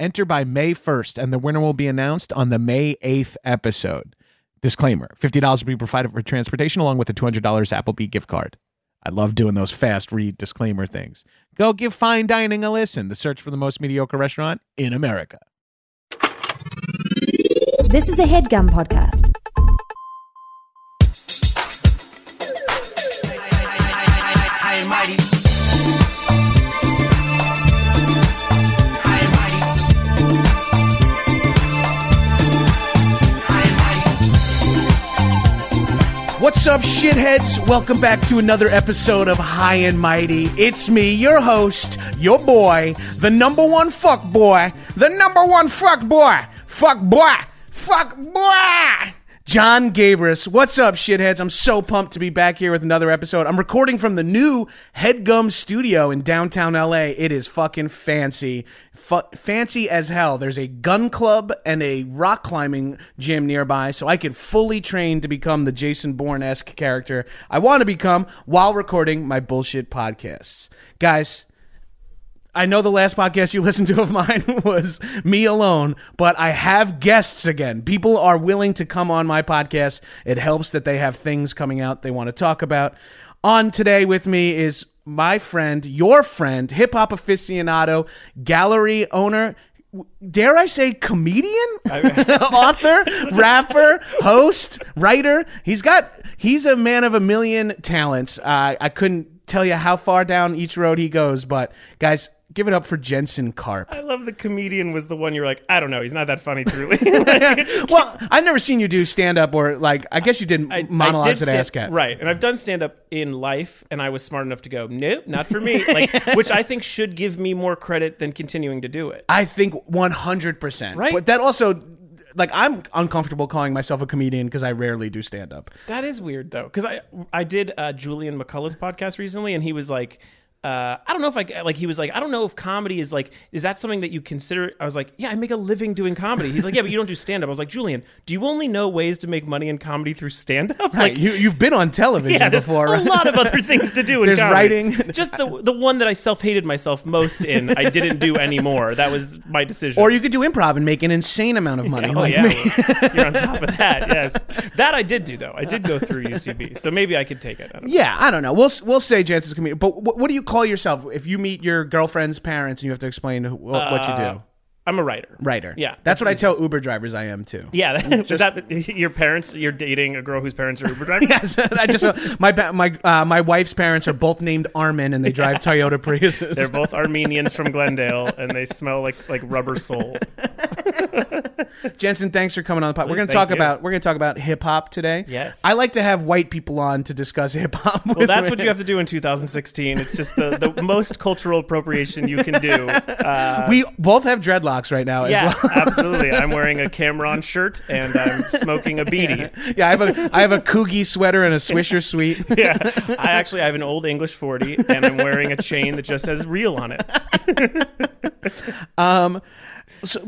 Enter by May 1st, and the winner will be announced on the May 8th episode. Disclaimer $50 will be provided for transportation along with a $200 Applebee gift card. I love doing those fast read disclaimer things. Go give fine dining a listen, the search for the most mediocre restaurant in America. This is a headgum podcast. I am mighty. I am mighty. I am mighty. What's up, shitheads? Welcome back to another episode of High and Mighty. It's me, your host, your boy, the number one fuck boy, the number one fuck boy, fuck boy, fuck boy. John Gabris, what's up, shitheads? I'm so pumped to be back here with another episode. I'm recording from the new Headgum Studio in downtown LA. It is fucking fancy fu- fancy as hell. There's a gun club and a rock climbing gym nearby, so I could fully train to become the Jason Bourne esque character I want to become while recording my bullshit podcasts. Guys, I know the last podcast you listened to of mine was me alone, but I have guests again. People are willing to come on my podcast. It helps that they have things coming out they want to talk about. On today with me is my friend, your friend, hip hop aficionado, gallery owner, w- dare I say comedian, author, rapper, host, writer. He's got he's a man of a million talents. Uh, I couldn't tell you how far down each road he goes, but guys, give it up for Jensen Karp. I love the comedian was the one you're like, I don't know, he's not that funny truly. Like, well, I've never seen you do stand up or like I guess you did I- I monologues did at stand- ASCAT. Right. And I've done stand up in life and I was smart enough to go, nope, not for me. Like which I think should give me more credit than continuing to do it. I think 100%. Right. But that also like I'm uncomfortable calling myself a comedian because I rarely do stand up. That is weird though, because I I did uh, Julian McCullough's podcast recently, and he was like, uh, I don't know if I like. He was like, I don't know if comedy is like, is that something that you consider? I was like, yeah, I make a living doing comedy. He's like, yeah, but you don't do stand up. I was like, Julian, do you only know ways to make money in comedy through stand Right. up? Like, you you've been on television yeah, there's before. a lot of other things to do. In There's comedy. writing. Just the the one that I self hated myself most in, I didn't do anymore. That was my decision. Or you could do improv and make an insane amount of money. Oh like yeah, me. well, you're on top of that. Yes, that I did do though. I did go through UCB, so maybe I could take it. I don't know. Yeah, I don't know. We'll we'll say Jansen's comedian. But what, what do you call yourself if you meet your girlfriend's parents and you have to explain who, what, what you Uh, do? I'm a writer. Writer. Yeah, that's what I tell Uber drivers I am too. Yeah, that, is that your parents? You're dating a girl whose parents are Uber drivers. Yes, I just my ba- my uh, my wife's parents are both named Armin and they drive Toyota Priuses. They're both Armenians from Glendale, and they smell like like rubber sole. Jensen, thanks for coming on the pod. We're going to thank talk you. about we're going to talk about hip hop today. Yes. I like to have white people on to discuss hip hop. Well, that's what you have to do in 2016. It's just the, the most cultural appropriation you can do. Uh, We both have dreadlocks right now. yeah, as well. absolutely. I'm wearing a Cameron shirt and I'm smoking a beanie. yeah. I have a I have a Coogie sweater and a Swisher suite. Yeah, I actually I have an old English 40 and I'm wearing a chain that just says "real" on it. so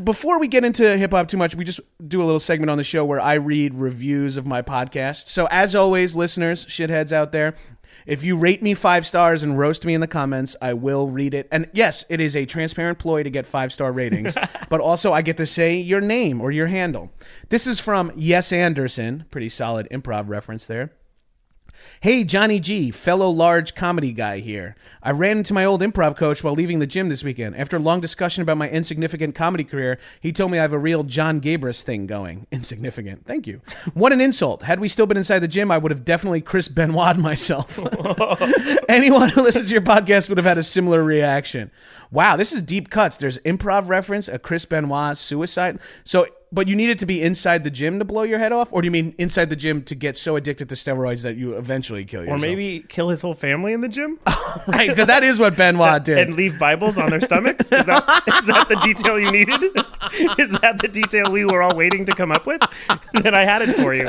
before we get into hip hop too much, we just do a little segment on the show where I read reviews of my podcast. So as always, listeners, shitheads out there, if you rate me five stars and roast me in the comments, I will read it. And yes, it is a transparent ploy to get five star ratings, but also I get to say your name or your handle. This is from Yes Anderson, pretty solid improv reference there. Hey, Johnny G, fellow large comedy guy here. I ran into my old improv coach while leaving the gym this weekend. After a long discussion about my insignificant comedy career, he told me I have a real John Gabris thing going. Insignificant. Thank you. What an insult. Had we still been inside the gym, I would have definitely Chris Benoit myself. Anyone who listens to your podcast would have had a similar reaction. Wow, this is deep cuts. There's improv reference, a Chris Benoit suicide. So, but you need it to be inside the gym to blow your head off, or do you mean inside the gym to get so addicted to steroids that you eventually kill Or yourself? maybe kill his whole family in the gym right, because that is what Benoit did. and leave Bibles on their stomachs. Is that, is that the detail you needed? Is that the detail we were all waiting to come up with? Then I had it for you.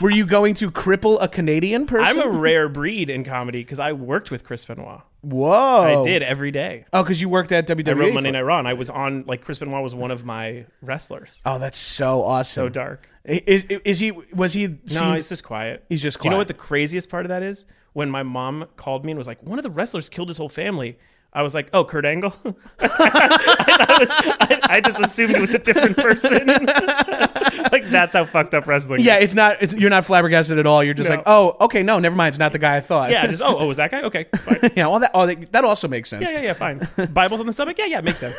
Were you going to cripple a Canadian I'm person? a rare breed in comedy because I worked with Chris Benoit. Whoa! I did every day. Oh, because you worked at WWE. I wrote Monday for- Night Raw, and I was on like Chris Benoit was one of my wrestlers. Oh, that's so awesome. So dark. Is, is, is he? Was he? No, seemed- he's just quiet. He's just You know quiet. what the craziest part of that is? When my mom called me and was like, "One of the wrestlers killed his whole family." I was like, "Oh, Kurt Angle." I, thought it was- I- I just assumed it was a different person. like that's how fucked up wrestling. yeah, Is. it's not. It's, you're not flabbergasted at all. You're just No. like, oh, okay, no, never mind. It's not the guy I thought. Yeah. Just oh, oh, was that guy? Okay. Fine. yeah. Well, that, oh, that, that also makes sense. Yeah, yeah, yeah. Fine. Bibles on the stomach. Yeah, yeah. Makes sense.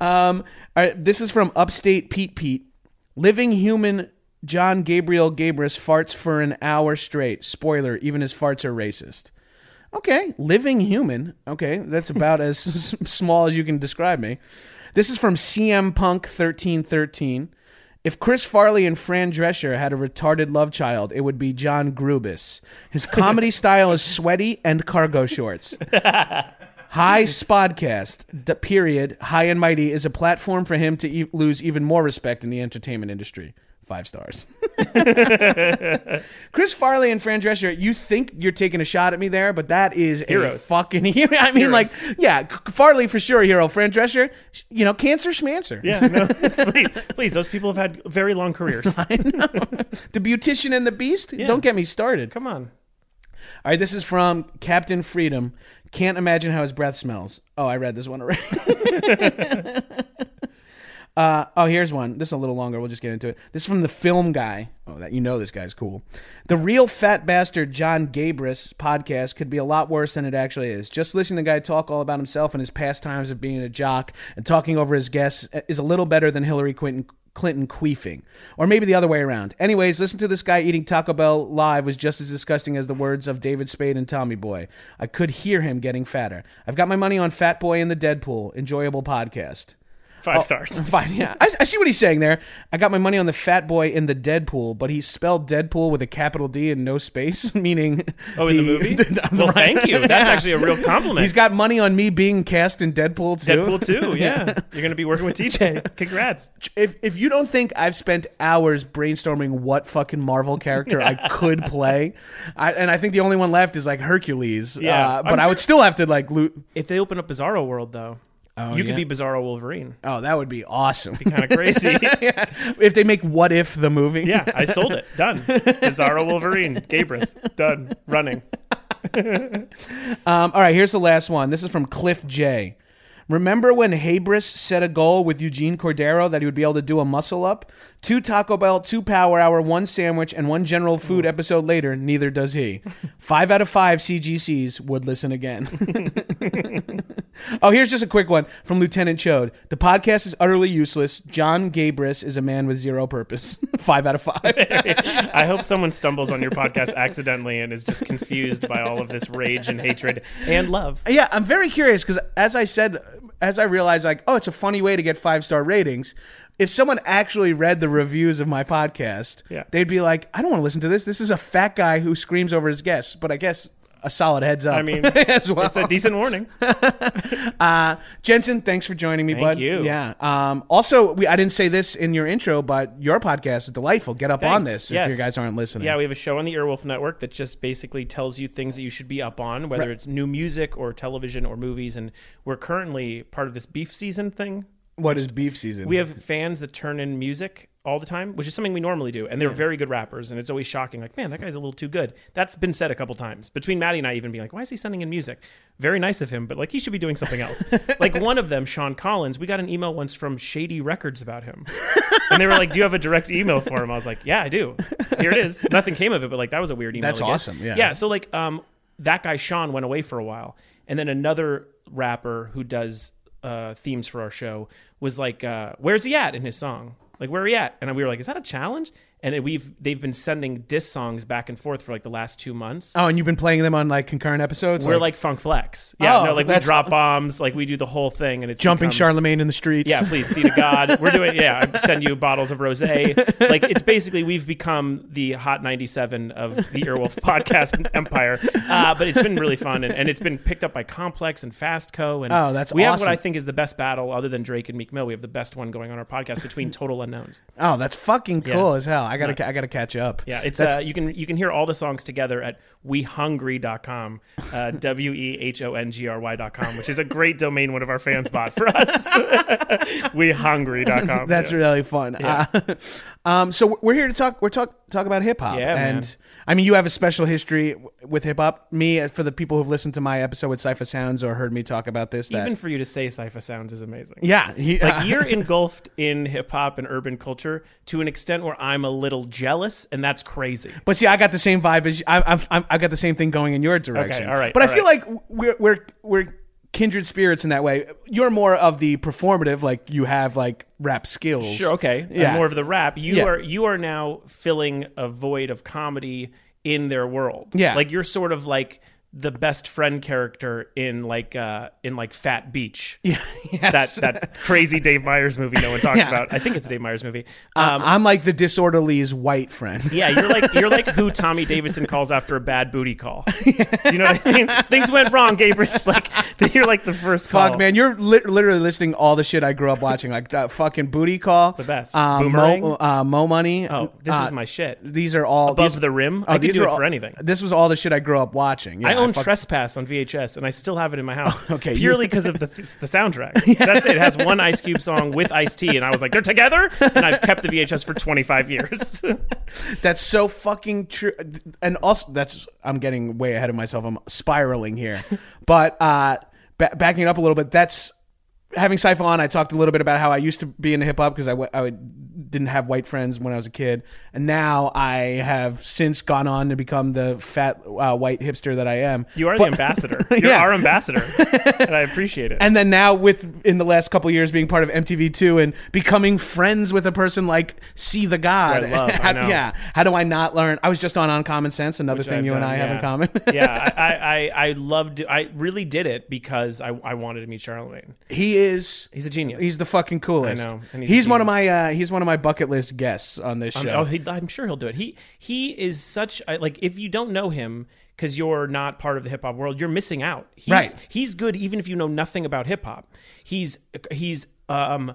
Um, all right, this is from Upstate Pete Pete. Living human John Gabriel Gabris farts for an hour straight. Spoiler: even his farts are racist. Okay, living human. Okay, that's about as s- small as you can describe me. This is from CM Punk thirteen thirteen. If Chris Farley and Fran Drescher had a retarded love child, it would be John Grubis. His comedy style is sweaty and cargo shorts. High Spodcast, the period, High and Mighty is a platform for him to e- lose even more respect in the entertainment industry. Five stars. Chris Farley and Fran Drescher, you think you're taking a shot at me there, but that is a Heroes. fucking hero. I mean, like, yeah, C- Farley for sure a hero. Fran Drescher, sh- you know, cancer schmancer. Yeah, no, please, please, those people have had very long careers. The Beautician and the Beast, don't get me started. Come on. All right, this is from Captain Freedom. Can't imagine how his breath smells. Oh, I read this one already. uh, oh, here's one. This is a little longer. We'll just get into it. This is from the film guy. Oh, that you know this guy's cool. The real fat bastard John Gabris podcast could be a lot worse than it actually is. Just listening to the guy talk all about himself and his pastimes of being a jock and talking over his guests is a little better than Hillary Clinton Clinton queefing, or maybe the other way around. Anyways, listen to this guy eating Taco Bell live was just as disgusting as the words of David Spade and Tommy Boy. I could hear him getting fatter. I've got my money on Fat Boy and the Deadpool. Enjoyable podcast. Oh, Five stars. Fine, yeah. I, I see what he's saying there. I got my money on the Fat Boy in the Deadpool, but he spelled Deadpool with a capital D and no space, meaning. Oh, in the, movie. well, thank you. That's actually a real compliment. He's got money on me being cast in Deadpool too. Deadpool too. Yeah. You're gonna be working with TJ. Congrats. if if you don't think I've spent hours brainstorming what fucking Marvel character I could play, I, and I think the only one left is like Hercules. Yeah, uh, I'm but I would still have to like loot. If they open up Bizarro World though, you could be Bizarro Wolverine. Oh, that would be awesome. Kind of crazy. if they make What If the movie, Yeah, I sold it. Done. Bizarro Wolverine. Gabris. Done. Running. Um, all right, here's the last one. This is from Cliff J. Remember when Habris set a goal with Eugene Cordero that he would be able to do a muscle up? Two Taco Bell, two Power Hour, one sandwich, and one General Food episode later, neither does he. five out of five CGCs would listen again. Oh, here's just a quick one from Lieutenant Chode. The podcast is utterly useless. John Gabris is a man with zero purpose. five out of five. I hope someone stumbles on your podcast accidentally and is just confused by all of this rage and hatred and love. yeah, I'm very curious because as I said, as I realized, like, oh, it's a funny way to get five star ratings. If someone actually read the reviews of my podcast, Yeah. they'd be like, I don't want to listen to this. This is a fat guy who screams over his guests. But I guess a solid heads up. I mean, as well. It's a decent warning. Uh, Jensen, thanks for joining me, Thank bud. you. Yeah. Um, also, we, I didn't say this in your intro, but your podcast is delightful. Get up on Thanks. this Yes. if you guys aren't listening. Yeah, we have a show on the Earwolf Network that just basically tells you things that you should be up on, whether it's new music or television or movies. And we're currently part of this beef season thing What is beef season? We have fans that turn in music all the time, which is something we normally do, and they're very good rappers. And it's always shocking, like, man, that guy's a little too good. That's been said a couple times between Maddie and I, even being like, why is he sending in music? Very nice of him, but like he should be doing something else. like one of them, Sean Collins, we got an email once from Shady Records about him, And they were like, "Do you have a direct email for him?" I was like, yeah, I do. Here it is. Nothing came of it, but like that was a weird email. That's to get. awesome, yeah. Yeah. So like, um, that guy Sean went away for a while, and then another rapper who does uh themes for our show was like, uh, "Where's he at?" in his song. Like, where are he at? And we were like, "Is that a challenge?" And then we've they've been sending diss songs back and forth for like the last two months. Oh, and you've been playing them on like concurrent episodes. We're like Funk Flex, yeah. Oh, no, like we that's- drop bombs, like we do the whole thing, and it's jumping become- Charlemagne in the streets. yeah, please see to God. We're doing yeah, I send you bottles of rosé. Like it's basically we've become the hot 97 of the Earwolf podcast empire. Uh, but it's been really fun and, and it's been picked up by Complex and Fastco and Oh, that's We have awesome. what I think is the best battle other than Drake and Meek Mill. We have the best one going on our podcast between Total Unknowns. Oh, that's fucking Yeah. cool as hell. I It's gotta, nuts. I gotta catch up. Yeah, it's That's- uh, you can you can hear all the songs together at wehungry.com, uh, w e h o n g r y.com, which is a great domain one of our fans bought for us. "WeHungry.com." That's yeah. really fun. Uh, um, so we're here to talk. We're talk talk about hip hop. Yeah, and man. I mean, you have a special history w- with hip hop. Me, uh, for the people who've listened to my episode with Cypher Sounds or heard me talk about this, that Even for you to say Cypher Sounds is amazing. yeah, he- like you're engulfed in hip hop and urban culture to an extent where I'm a little jealous, and that's crazy. But see, I got the same vibe as you. I, I've, I'm, I've got the same thing going in your direction. Okay, all right, But I all feel right. like we're we're we're kindred spirits in that way. You're more of the performative, like you have like rap skills. Sure, okay, I'm Yeah. more of the rap. You Yeah. are you are now filling a void of comedy in their world. Yeah. like you're sort of like the best friend character in like uh in like Fat Beach. Yeah, that that crazy Dave Myers movie no one talks Yeah. about. I think it's a Dave Myers movie. Um, I'm like the disorderly's white friend. Yeah, you're like you're like who Tommy Davidson calls after a bad booty call. Do you know what I mean? Things went wrong, Gabrus. Like You're like the first call. Fuck, man, you're lit literally listing all the shit I grew up watching, like that fucking booty call, the best. uh, Mo, Boomerang? uh, Mo money. oh, this Uh, is my shit. These are all Above these- the Rim? Oh, I could these do are it all- for anything. This was all the shit I grew up watching. Yeah, I own fuck- Trespass on VHS, and I still have it in my house. Okay, purely you- because of the, the soundtrack. That's it. It has one Ice Cube song with Ice T, and I was like, they're together, and I've kept the VHS for 25 years. That's so fucking true. And also, that's I'm getting way ahead of myself. I'm spiraling here, but uh, ba- backing it up a little bit. That's having Sypha on. I talked a little bit about how I used to be into hip hop because I w- I would- didn't have white friends when I was a kid, and now I have since gone on to become the fat uh, white hipster that I am. you are But- the ambassador. You're Yeah. our ambassador, and I appreciate it. and then now with in the last couple years being part of MTV2 and becoming friends with a person like See the God. Who I love, I How- know. yeah. How do I not learn? I was just on on Common Sense, another which thing I've you and done, I have in yeah. common. yeah, I, I, I loved. I really did it because I, I wanted to meet Charlemagne. he is He's a genius. He's the fucking coolest. I know, and He's, he's a one of genius. my uh, he's one of my bucket list guests on this I'm, show. oh, he, I'm sure he'll do it. He he is such I- like if you don't know him because you're not part of the hip hop world, you're missing out. He's, Right. He's good even if you know nothing about hip hop. He's he's um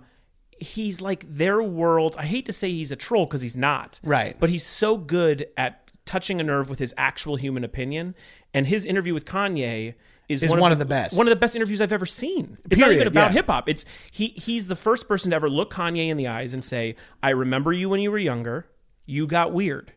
he's like their world. I hate to say he's a troll because he's not. Right. But he's so good at touching a nerve with his actual human opinion, and his interview with Kanye. Is, one of the best. One of the best interviews I've ever seen. It's not Period, even about yeah. hip hip hop. It's he he's the first person to ever look Kanye in the eyes and say, "I remember you when you were younger. You got weird.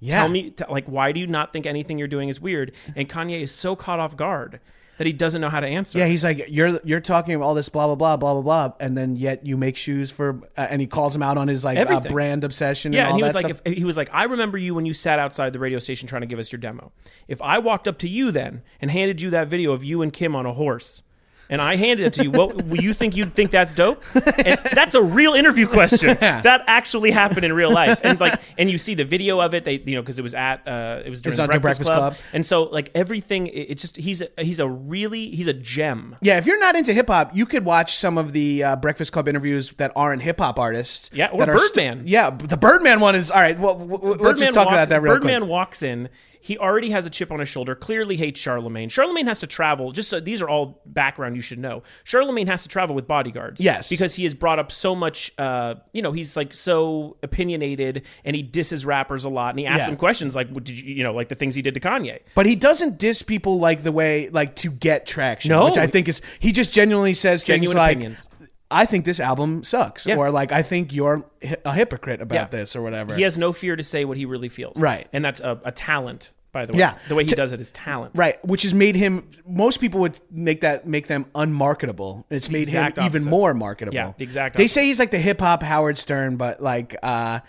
yeah. Tell me t- like why do you not think anything you're doing is weird?" And Kanye is so caught off guard that he doesn't know how to answer. Yeah, he's like you're you're talking all this blah blah blah blah blah blah, and then yet you make shoes for uh, and he calls him out on his like uh, Everything. brand obsession. Yeah, and, and, all he was that like, stuff. if, he was like, I remember you when you sat outside the radio station trying to give us your demo. If I walked up to you then and handed you that video of you and Kim on a horse, and I handed it to you, what will you think you'd think that's dope? And that's a real interview question. That actually happened in real life, and like, and you see the video of it. They, you know, because it was at, uh, it was during It's the on the Breakfast, Breakfast Club. Club. and so like everything, it- it's just he's a, he's a really he's a gem. Yeah, if you're not into hip hop, you could watch some of the uh, Breakfast Club interviews that aren't hip hop artists. Yeah, or that are st- Birdman. yeah, but the Birdman one is all right. Well, w- w- let's just talk walks, about that real Birdman quick. walks in. He already has a chip on his shoulder. Clearly hates Charlemagne. Charlemagne has to travel. Just so these are all background you should know. Charlemagne has to travel with bodyguards. Yes. because he has brought up so much. Uh, you know, he's like so opinionated, and he disses rappers a lot, and he asks Yeah. them questions like, what "Did you, you know, like the things he did to Kanye?" But he doesn't diss people like the way like to get traction, No. which I think is he just genuinely says Genuine things like opinions. I think this album sucks, Yeah. or like I think you're hi- a hypocrite about Yeah. this, or whatever. He has no fear to say what he really feels. Right. And that's a, a talent, by the way. Yeah. The way he To- does it is talent. Right, which has made him. Most people would make that make them unmarketable. It's made him exact even opposite. more marketable. Yeah, the exact They opposite. say he's like the hip hop Howard Stern, but like, uh,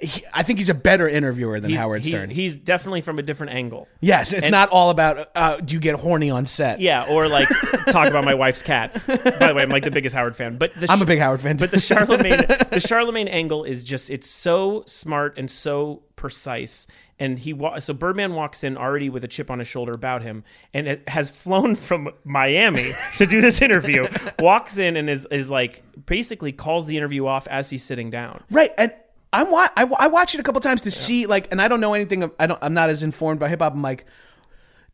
he, I think he's a better interviewer than He's- Howard he's- Stern. He's definitely from a different angle. yes, it's and- not all about uh, do you get horny on set. Yeah, or like talk about my wife's cats. By the way, I'm like the biggest Howard fan. But the I'm a sh- big Howard fan. But the Charlemagne, the Charlemagne angle is just it's so smart and so precise. And he wa- so Birdman walks in already with a chip on his shoulder about him, and it has flown from Miami to do this interview. walks in and is is like basically calls the interview off as he's sitting down. Right, and I'm wa- I, I watched it a couple times to see like, and I don't know anything. Of, I don't. I'm not as informed by hip hop. I'm like,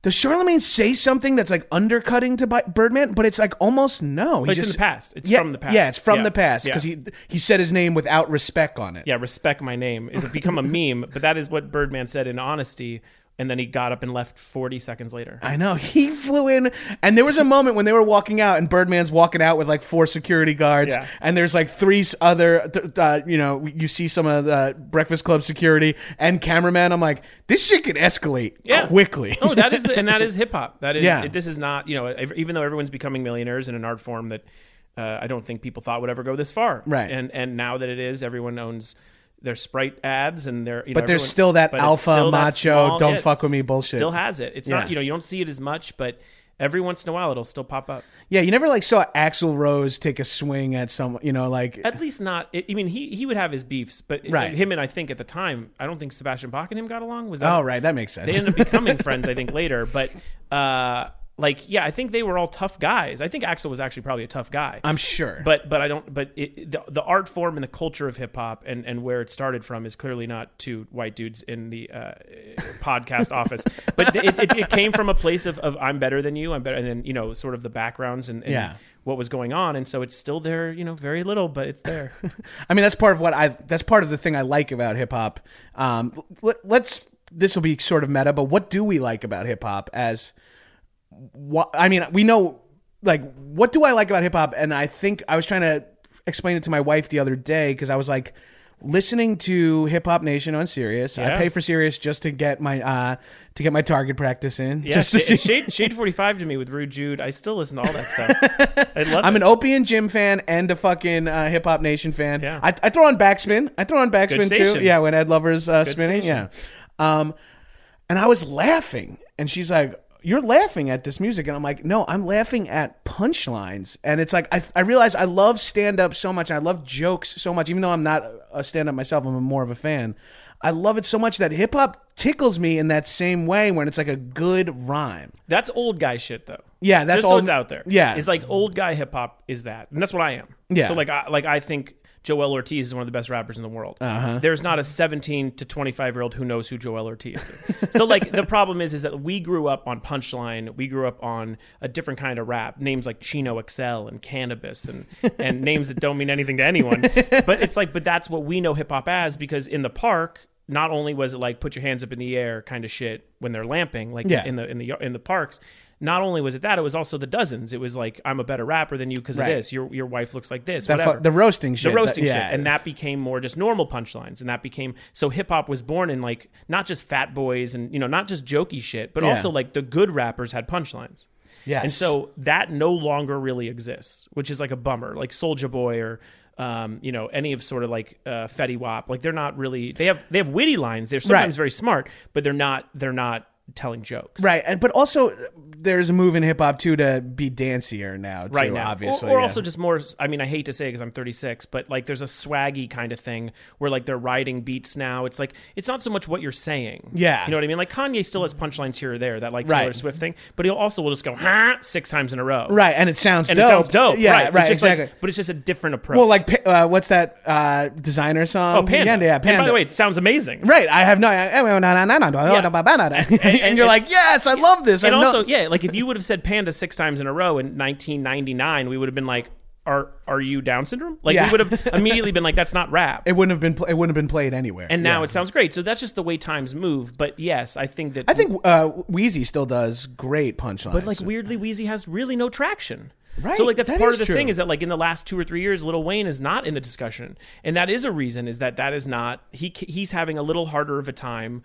does Charlemagne say something that's like undercutting to Bi- Birdman? But it's like almost no. He But it's in the past. It's yeah, from the past. Yeah, it's from Yeah. the past because Yeah. he he said his name without respect on it. Yeah, respect my name is it become a meme, but that is what Birdman said in honesty. And then he got up and left 40 seconds later. I know. He flew in, and there was a moment when they were walking out, and Birdman's walking out with like four security guards, Yeah. and there's like three s- other, th- uh, you know, you see some of the Breakfast Club security and cameraman. I'm like, this shit could escalate Yeah. quickly. no, that is the, and that is hip hop. That is Yeah. this is not you know ev- even though everyone's becoming millionaires in an art form that uh, I don't think people thought would ever go this far. Right. And and now that it is, everyone owns their Sprite ads and their you But know, there's everyone- still that but it's alpha that macho, don't it's fuck with me st- bullshit. Still has it. It's Yeah. not you know you don't see it as much, but every once in a while it'll still pop up. Yeah, you never like saw Axl Rose take a swing at someone, you know, like At least not. I I mean, he he would have his beefs, but Right. him and I think at the time, I don't think Sebastian Bach and him got along. Was that oh right, that makes sense. they ended up becoming friends, I think, later. But uh, like, yeah, I think they were all tough guys. I think Axel was actually probably a tough guy. I'm sure. but but I don't. But it, the the art form and the culture of hip hop and and where it started from is clearly not two white dudes in the uh, podcast office. But it, it, it came from a place of, of I'm better than you. I'm better, and then you know sort of the backgrounds and, and Yeah. what was going on. And so it's still there. You know, very little, but it's there. I mean, that's part of what I that's part of the thing I like about hip hop. Um let, let's this will be sort of meta, but what do we like about hip hop as what I mean, we know like what do I like about hip hop and I think I was trying to explain it to my wife the other day cuz I was like listening to Hip Hop Nation on Sirius. I Yeah. pay for Sirius just to get my uh to get my target practice in. Yeah, just to Shade, see Shade, Shade 45 to me with Rude Jude. I still listen to all that stuff. I love I'm an it. Opie and Jim fan and a fucking uh, Hip Hop Nation fan. Yeah. I, I throw on Backspin. I throw on Backspin too. station. Yeah, when Ed Lover's uh, spinning. station. Yeah. Um, and I was laughing, and she's like, "You're laughing at this music," and I'm like, "No, I'm laughing at punchlines." And it's like I, I realize I love stand up so much. I love jokes so much, even though I'm not a stand up myself. I'm more of a fan. I love it so much that hip hop tickles me in that same way when it's like a good rhyme. That's old guy shit, though. Yeah, that's Just all- So it's out there. yeah. it's like old guy hip hop is that, and that's what I am. Yeah. So like, I, like I think Joel Ortiz is one of the best rappers in the world. Uh-huh. There's not a 17 to 25 year old who knows who Joel Ortiz is. so like, the problem is, is that we grew up on punchline. We grew up on a different kind of rap. Names like Chino Excel and Cannabis and and names that don't mean anything to anyone. But it's like, but that's what we know hip hop as because in the park. Not only was it like put your hands up in the air kind of shit when they're lamping, like Yeah. in the in the in the parks. Not only was it that, it was also the dozens. It was like I'm a better rapper than you because Right. of this. Your your wife looks like this. That fu- whatever. the roasting shit. The roasting That- shit. yeah. And that became more just normal punchlines. And that became so hip hop was born in like not just fat boys and you know not just jokey shit, but Yeah. also like the good rappers had punchlines. Yes. And so that no longer really exists, which is like a bummer. Like Soldier Boy or um, you know, any of sort of like uh, Fetty Wap, like they're not really they have they have witty lines. They're sometimes Right. very smart, but they're not they're not telling jokes. Right, and but also uh, there's a move in hip hop too to be dancier now. Too, right now. obviously, or, or yeah. also just more. I mean, I hate to say it because I'm 36, but like there's a swaggy kind of thing where like they're riding beats now. It's like it's not so much what you're saying. Yeah. you know what I mean. Like Kanye still has punchlines here or there that like Right. Taylor Swift thing, but he'll also will just go huh, six times in a row. right, and it sounds and dope. it sounds dope. Yeah, right, It's right, just like- exactly. but it's just a different approach. well, like pa- uh, what's that uh, designer song? oh, Panda. Yeah, yeah, And Panda. by the way, it sounds amazing. right, I have no. I- And, and- you're and- like, yes, I love this. And I know- also, yeah, like if you would have said panda six times in a row in 1999, we would have been like, "Are are you Down syndrome?" Like Yeah. we would have immediately been like, "That's not rap." it wouldn't have been. Pl- it wouldn't have been played anywhere. and now Yeah. it sounds great. So that's just the way times move. But yes, I think that I think uh, Wheezy still does great punchlines. but like weirdly, Wheezy has really no traction. Right, So like that's that part is of the true. thing is that like in the last two or three years, Little Wayne is not in the discussion, and that is a reason is that that is not he c- he's having a little harder of a time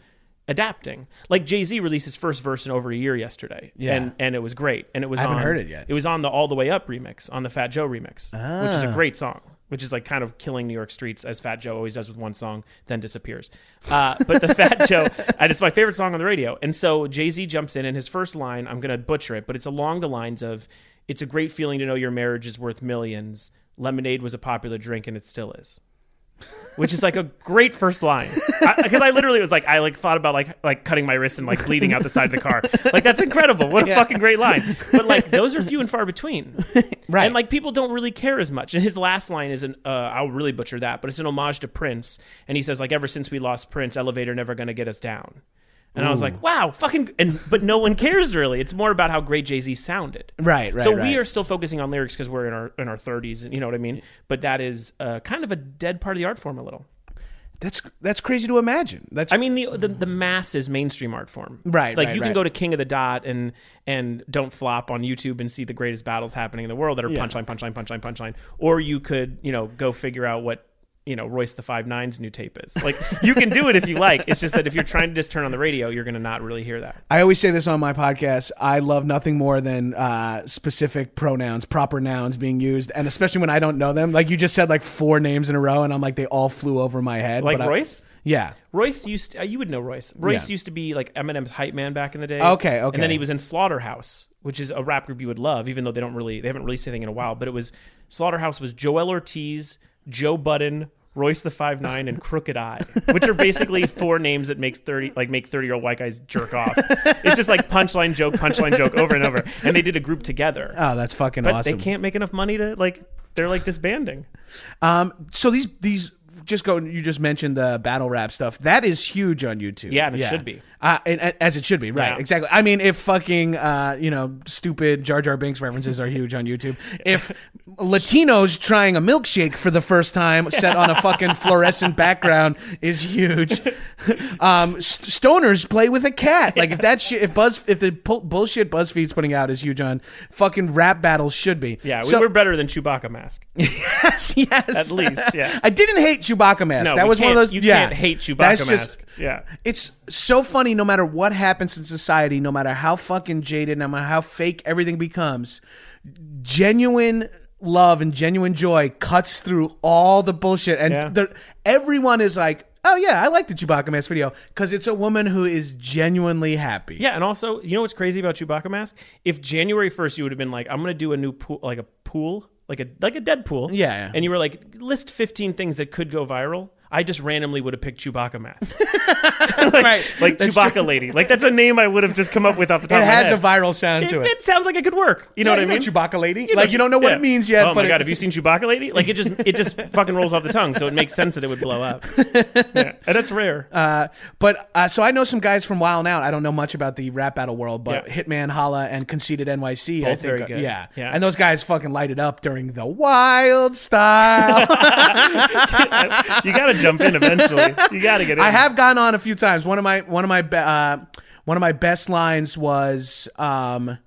adapting. Like Jay Z released his first verse in over a year yesterday, Yeah. and and it was great, and it was I haven't on- heard it yet. It was on the All the Way Up remix, on the Fat Joe remix, which Ah. is a great song. Which is like kind of killing New York streets as Fat Joe always does with one song, then disappears. Uh, but the Fat Joe, and it's my favorite song on the radio. And so Jay Z jumps in, and his first line, I'm going to butcher it, but it's along the lines of, "It's a great feeling to know your marriage is worth millions. Lemonade was a popular drink, and it still is." Which is like a great first line, because I, literally was like, I like thought about like like cutting my wrist and like bleeding out the side of the car. Like that's incredible. What a fucking great line. But like those are few and far between. Right. And like people don't really care as much. And his last line is an uh, I'll really butcher that, but it's an homage to Prince. And he says like ever since we lost Prince, elevator never gonna get us down. And I was like, wow, fucking. And but no one cares really. It's more about how great Jay Z sounded. Right, right, So right. we are still focusing on lyrics because we're in our in our thirties. You know what I mean? But that is uh, kind of a dead part of the art form a little. That's that's crazy to imagine. That's I mean, the, the the mass is mainstream art form, Right, Like right, you right. can go to King of the Dot and and Don't Flop on YouTube and see the greatest battles happening in the world that are punchline, punchline, punchline, punchline. Or you could, you know, go figure out what you know Royce the Five Nines new tape is. Like you can do it if you like. It's just that if you're trying to just turn on the radio, you're gonna not really hear that. I always say this on my podcast. I love nothing more than uh, specific pronouns, proper nouns being used, and especially when I don't know them. Like you just said, like four names in a row, and I'm like, they all flew over my head. Like but I- Royce? yeah. Royce used uh, you would know Royce. Royce Yeah. used to be like Eminem's hype man back in the day. Okay, okay. And then he was in Slaughterhouse, which is a rap group you would love, even though they don't really they haven't released anything in a while. But it was Slaughterhouse was Joel Ortiz, Joe Budden, Royce the Five Nine, and Crooked Eye, which are basically four names that makes thirty like make thirty year old white guys jerk off. It's just like punchline joke, punchline joke over and over. And they did a group together, Oh, that's fucking but awesome. they can't make enough money to like they're like disbanding. Um, so these these just go. You just mentioned the battle rap stuff. That is huge on YouTube. Yeah, and it should be. Uh, and, and- as it should be. Right. Yeah. Exactly. I mean, if fucking uh, you know, stupid Jar Jar Binks references are huge on YouTube. If Latinos trying a milkshake for the first time set on a fucking fluorescent background is huge. um, st- stoners play with a cat. Like if that shit, if Buzz, if the bu- bullshit BuzzFeed's putting out is huge on fucking rap battles should be. Yeah, we, So- we're better than Chewbacca mask. yes, yes. At least, yeah. I didn't hate Chewbacca mask. No, that we was one of can't- those. you yeah, can't hate Chewbacca That's mask. Yeah. it's so funny. No matter what happens in society, no matter how fucking jaded, no matter how fake everything becomes, genuine love and genuine joy cuts through all the bullshit, and Yeah. the, everyone is like. Oh yeah, I like the Chewbacca mask video because it's a woman who is genuinely happy. Yeah, and also, you know what's crazy about Chewbacca mask? If January first, you would have been like, "I'm gonna do a new pool, like a pool, like a like a Deadpool." Yeah, yeah. And you were like, "List 15 things that could go viral." I just randomly would have picked Chewbacca mask, right. like Chewbacca lady. Like that's a name I would have just come up with off the top it of Oh, my has head. a viral sound to It, it. it sounds like it could work. You Yeah, know what I you know mean? Chewbacca lady. Like, you don't know what it means yet, but Oh my it- god, have you seen Chewbacca lady? Like it just it just fucking rolls off the tongue, so it makes sense that it would blow up. Yeah. And that's rare. Uh, but uh, so I know some guys from Wild Out. I don't know much about the rap battle world, but Yeah. Hitman, Holla, and Conceited NYC. I think, Both very are- good. Yeah. Yeah. and those guys fucking light it up during the Wild Style. you got to jump in eventually. You got to get in. I have gone on a few times. One of my one of my be- uh, one of my best lines was, um,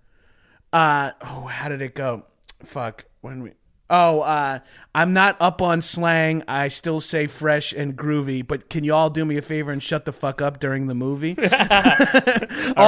uh, oh, how did it go? Fuck, when we. Oh, uh, I'm not up on slang. I still say fresh and groovy, but can y'all do me a favor and shut the fuck up during the movie? all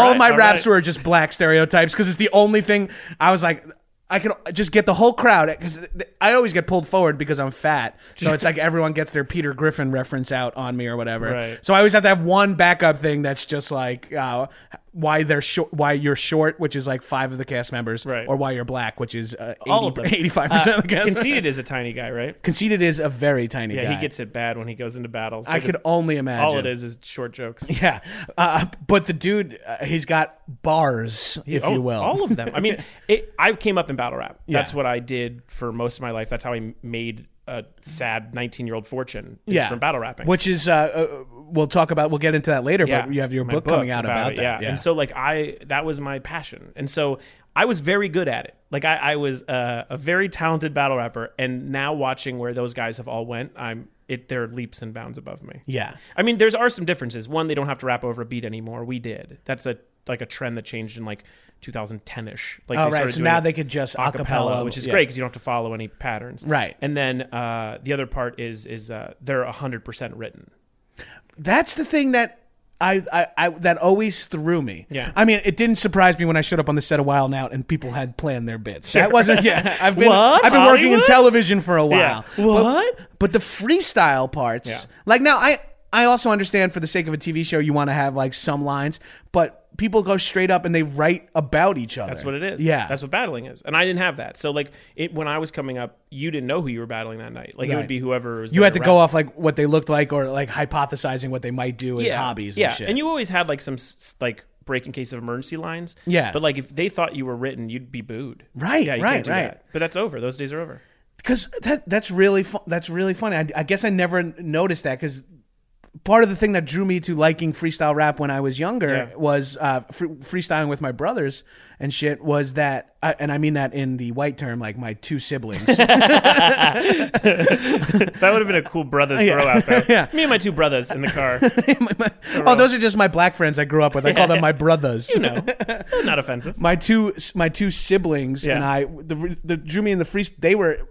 right, my all raps right. were just black stereotypes because it's the only thing I was like. I can just get the whole crowd because I always get pulled forward because I'm fat. So it's like everyone gets their Peter Griffin reference out on me or whatever. Right. So I always have to have one backup thing that's just like uh, why they're short, why you're short, which is like five of the cast members, Right. or why you're black, which is uh, All of them. 80, 85% of the cast. members. Conceited is a tiny guy, right? Conceited is a very tiny Yeah, guy. he gets it bad when he goes into battles. I They could just- only imagine. all it is is short jokes. Yeah, uh, but the dude, uh, he's got bars, if Oh, you will. All of them. I mean, it, I came up in battle rap. That's Yeah. what I did for most of my life. That's how I made a sad 19 year old fortune is from battle rapping. Which is, uh, uh, we'll talk about, we'll get into that later, Yeah. but you have your My book, coming out about, it, that. Yeah. And so like I, that was my passion. And so I was very good at it. Like I, I was uh, a very talented battle rapper and now watching where those guys have all went, I'm, it, they're leaps and bounds above me. yeah. I mean, there's are some differences. One, they don't have to rap over a beat anymore. We did. That's a like a trend that changed in like 2010 ish. Like Oh, they right. started So doing now it they could just a cappella, acapella, which is yeah. great because you don't have to follow any patterns. Right. And then uh, the other part is is uh, they're hundred percent written. That's the thing that I, I, I that always threw me. Yeah. I mean, it didn't surprise me when I showed up on the set a while now and people had planned their bits. That wasn't yeah. I've been What? I've been working in Hollywood? television for a while. Yeah. But- What? But, the freestyle parts. Yeah. Like now I I also understand for the sake of a TV show you want to have like some lines, but people go straight up and they write about each other. That's what it is. Yeah. That's what battling is. And I didn't have that. So like it when I was coming up, you didn't know who you were battling that night. Like it Right. would be whoever was you there had to rap. go off like what they looked like or like hypothesizing what they might do as hobbies and yeah. shit. And you always had like some s- like break in case of emergency lines. Yeah. But like if they thought you were written, you'd be booed. Right, Yeah. You right, can't do right. That. But that's over. Those days are over. because that that's really fu- that's really funny. I, I guess I never n- noticed that because part of the thing that drew me to liking freestyle rap when I was younger Yeah. was uh, free- freestyling with my brothers and shit. Was that I, and I mean that in the white term, like my two siblings. That would have been a cool brothers throw out there. yeah. Me and my two brothers in the car. oh, those are just my black friends I grew up with. I call them my brothers. you know, not offensive. my two my two siblings Yeah. and I the, the drew me in the free they were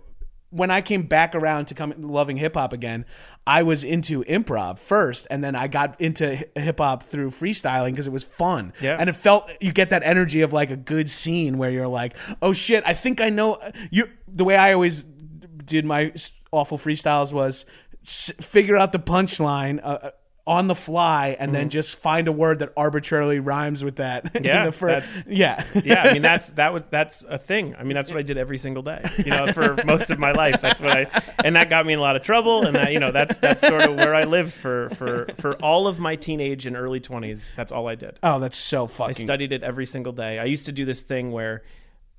when I came back around to come loving hip hop again I was into improv first and then I got into hip hop through freestyling because it was fun Yeah. and it felt you get that energy of like a good scene where you're like oh shit I think I know you the way I always did my s- awful freestyles was s- figure out the punchline uh, uh, on the fly and then just find a word that arbitrarily rhymes with that in Mm-hmm. Yeah, the fir- that's- yeah. Yeah, I mean that's that was that's a thing. I mean that's what I did every single day, you know, for most of my life. That's what I and that got me in a lot of trouble and that, you know, that's that's sort of where I lived for for for all of my teenage and early 20s. That's all I did. oh, that's so I fucking. studied it every single day. I used to do this thing where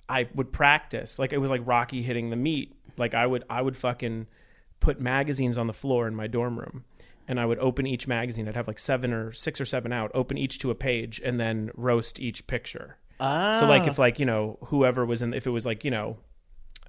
I would practice, like it was like Rocky hitting the meat. Like I would I would fucking put magazines on the floor in my dorm room, and I would open each magazine. I'd have like seven or six or seven out. Open each to a page, and then roast each picture. So like if like you know whoever was in if it was like you know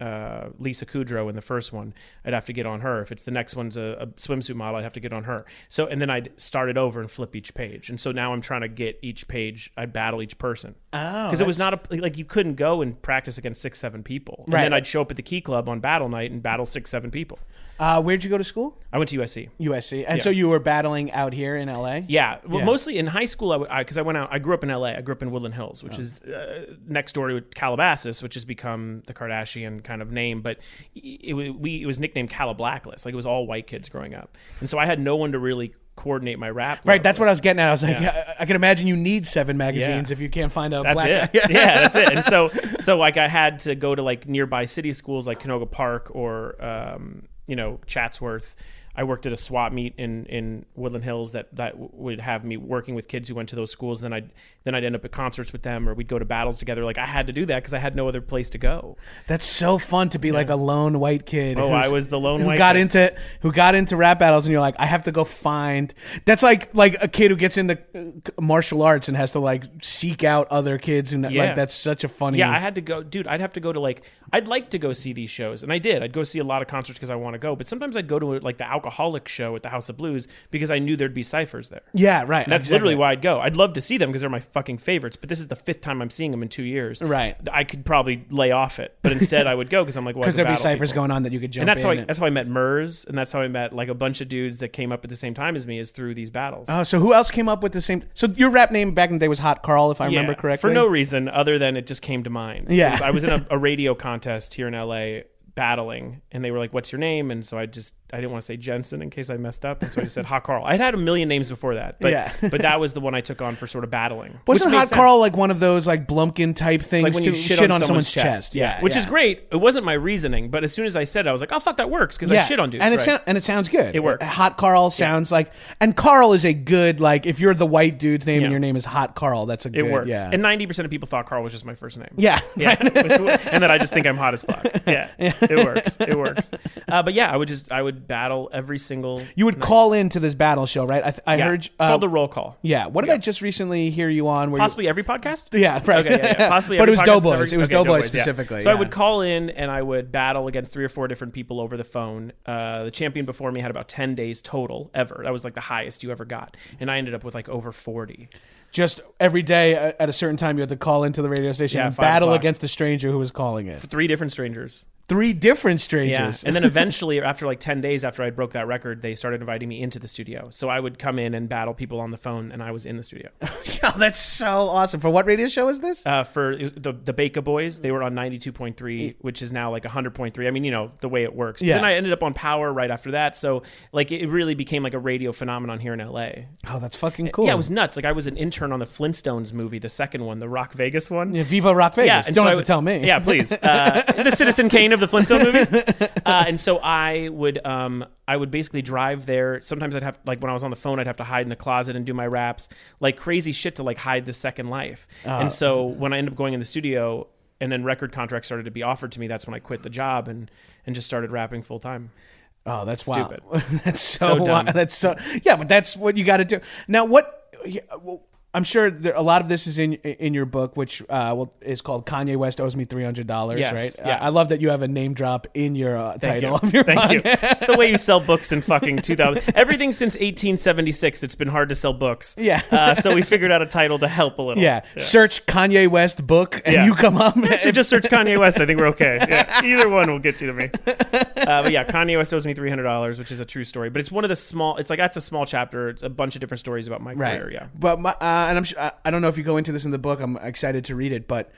uh, Lisa Kudrow in the first one, I'd have to get on her. If it's the next one's a, a swimsuit model, I'd have to get on her. So, and then I'd start it over and flip each page. And so now I'm trying to get each page. I'd battle each person. Oh, because it was not a like you couldn't go and practice against six seven people. And Right. then I'd show up at the Key Club on battle night and battle six seven people. Uh, where'd you go to school? I went to USC. USC. And so you were battling out here in LA. Yeah, well, mostly in high school. I because I, 'cause I went out. I grew up in L.A. I grew up in Woodland Hills, Oh. which is uh, next door to Calabasas, which has become the Kardashian kind of name. But it, it, wa- we it was nicknamed Cala Blacklist. Like it was all white kids growing up, and so I had no one to really coordinate my rap. Right, that's what. what I was getting at. I was like, I, I can imagine you need seven magazines Yeah. if you can't find a That's black it. guy. Yeah. that's it. And so, so like I had to go to like nearby city schools like Canoga Park or um, you know Chatsworth. I worked at a swap meet in in Woodland Hills that that w- would have me working with kids who went to those schools. Then I'd then I'd end up at concerts with them, or we'd go to battles together. Like I had to do that because I had no other place to go. That's so fun to be like a lone white kid. Oh, who's- I was the lone who white got kid. into who got into rap battles, and you're like, I have to go find. That's like like a kid who gets into uh, martial arts and has to like seek out other kids, and Yeah. like that's such a funny. Yeah, I had to go, dude. I'd have to go to like I'd like to go see these shows, and I did. I'd go see a lot of concerts because I want to go, but sometimes I'd go to like the alcoholic show at the House of Blues because I knew there'd be ciphers there. yeah, right. And that's exactly. literally why I'd go. I'd love to see them because they're my fucking favorites, but this is the fifth time I'm seeing them in two years. Right. I could probably lay off it, but instead I would go because I'm like, well, I because could there'd be battle ciphers people. going on that you could jump. And that's in how I, that's how I met Murs, and that's how I met like a bunch of dudes that came up at the same time as me is through these battles. Oh, so who else came up with the same? So your rap name back in the day was Hot Carl, if I Yeah, remember correctly. For no reason other than it just came to mind. Yeah. Because I was in a, a radio contest here in LA battling and they were like, What's your name? And so I just I didn't want to say Jensen in case I messed up. And so I just said Hot Carl. I'd had a million names before that. But Yeah. but that was the one I took on for sort of battling. Wasn't which made Hot sense. Carl like one of those like Blumpkin type things like when you to shit, on, someone's, chest. Yeah, which yeah. is great. It wasn't my reasoning, but as soon as I said it, I was like, "Oh fuck, that works" because I shit on dudes. and it right? sound, and it sounds good. It works. Hot Carl sounds like, and Carl is a good like. If you're the white dude's name and Yeah. your name is Hot Carl, that's a it good. works. Yeah, And ninety percent of people thought Carl was just my first name. yeah. yeah, Which- and then I just think I'm hot as fuck. Yeah, it works. It works. Uh, but yeah, I would just I would battle every single. You would call into this battle show, right? I, th- I yeah. heard. It's uh, called the roll call. yeah. What did I just recently hear you on? Where you- Possibly every podcast. Yeah, right. Okay, yeah, yeah. Possibly, But every it was podcast I've Doughboys. ever- It was okay, Doughboys yeah. specifically, So I yeah. would call in and I would battle against three or four different people over the phone. Uh, the champion before me had about ten days total ever. That was like the highest you ever got, and I ended up with like over forty. just every day uh, at a certain time you had to call into the radio station Yeah, and five battle o'clock. against the stranger who was calling it. Three different strangers. Three different Yeah. strangers. And then eventually, after like 10 days after I broke that record, they started inviting me into the studio. So I would come in and battle people on the phone, and I was in the studio. oh, that's so awesome. For what radio show is this? Uh, for the, the Baker Boys, they were on 92.3, which is now like 100.3. I mean, you know, the way it works. But Yeah. then I ended up on Power right after that. So, like, it really became like a radio phenomenon here in LA. Oh, that's fucking cool. Yeah, it was nuts. Like I was an intern on the Flintstones movie, the second one, the Rock Vegas one. Yeah, Viva Rock Vegas. and Don't so have I to would- tell me. Yeah, please. Uh, the Citizen Kane of the Flintstone movies. Uh, and so I would, um, I would basically drive there. Sometimes I'd have, like, when I was on the phone, I'd have to hide in the closet and do my raps, like crazy shit to like hide the second life. Uh-huh. and so when I ended up going in the studio, and then record contracts started to be offered to me. That's when I quit the job and and just started rapping full time. Oh, that's Stupid. wild. that's so, So wild. dumb. That's so yeah, but that's what you got to do. Now, what? yeah, well, I'm sure there, a lot of this is in in your book, which uh, well, is called "Kanye West Owes Me Three Hundred Dollars." Yes, right? yeah. I, I love that you have a name drop in your uh, title of your Thank you. podcast. It's the way you sell books in fucking 2000. Everything since 1876, it's been hard to sell books. Yeah. Uh, so we figured out a title to help a little. Yeah. search Kanye West book and Yeah. you come up. Actually, just search Kanye West. I think we're okay. Yeah. Either one will get you to me. Uh, but yeah, Kanye West owes me three hundred dollars, which is a true story. But it's one of the small. It's like that's a small chapter. It's a bunch of different stories about my right. career. Yeah. But my, uh, and I'm sure, I- I don't know if you go into this in the book. I'm excited to read it. But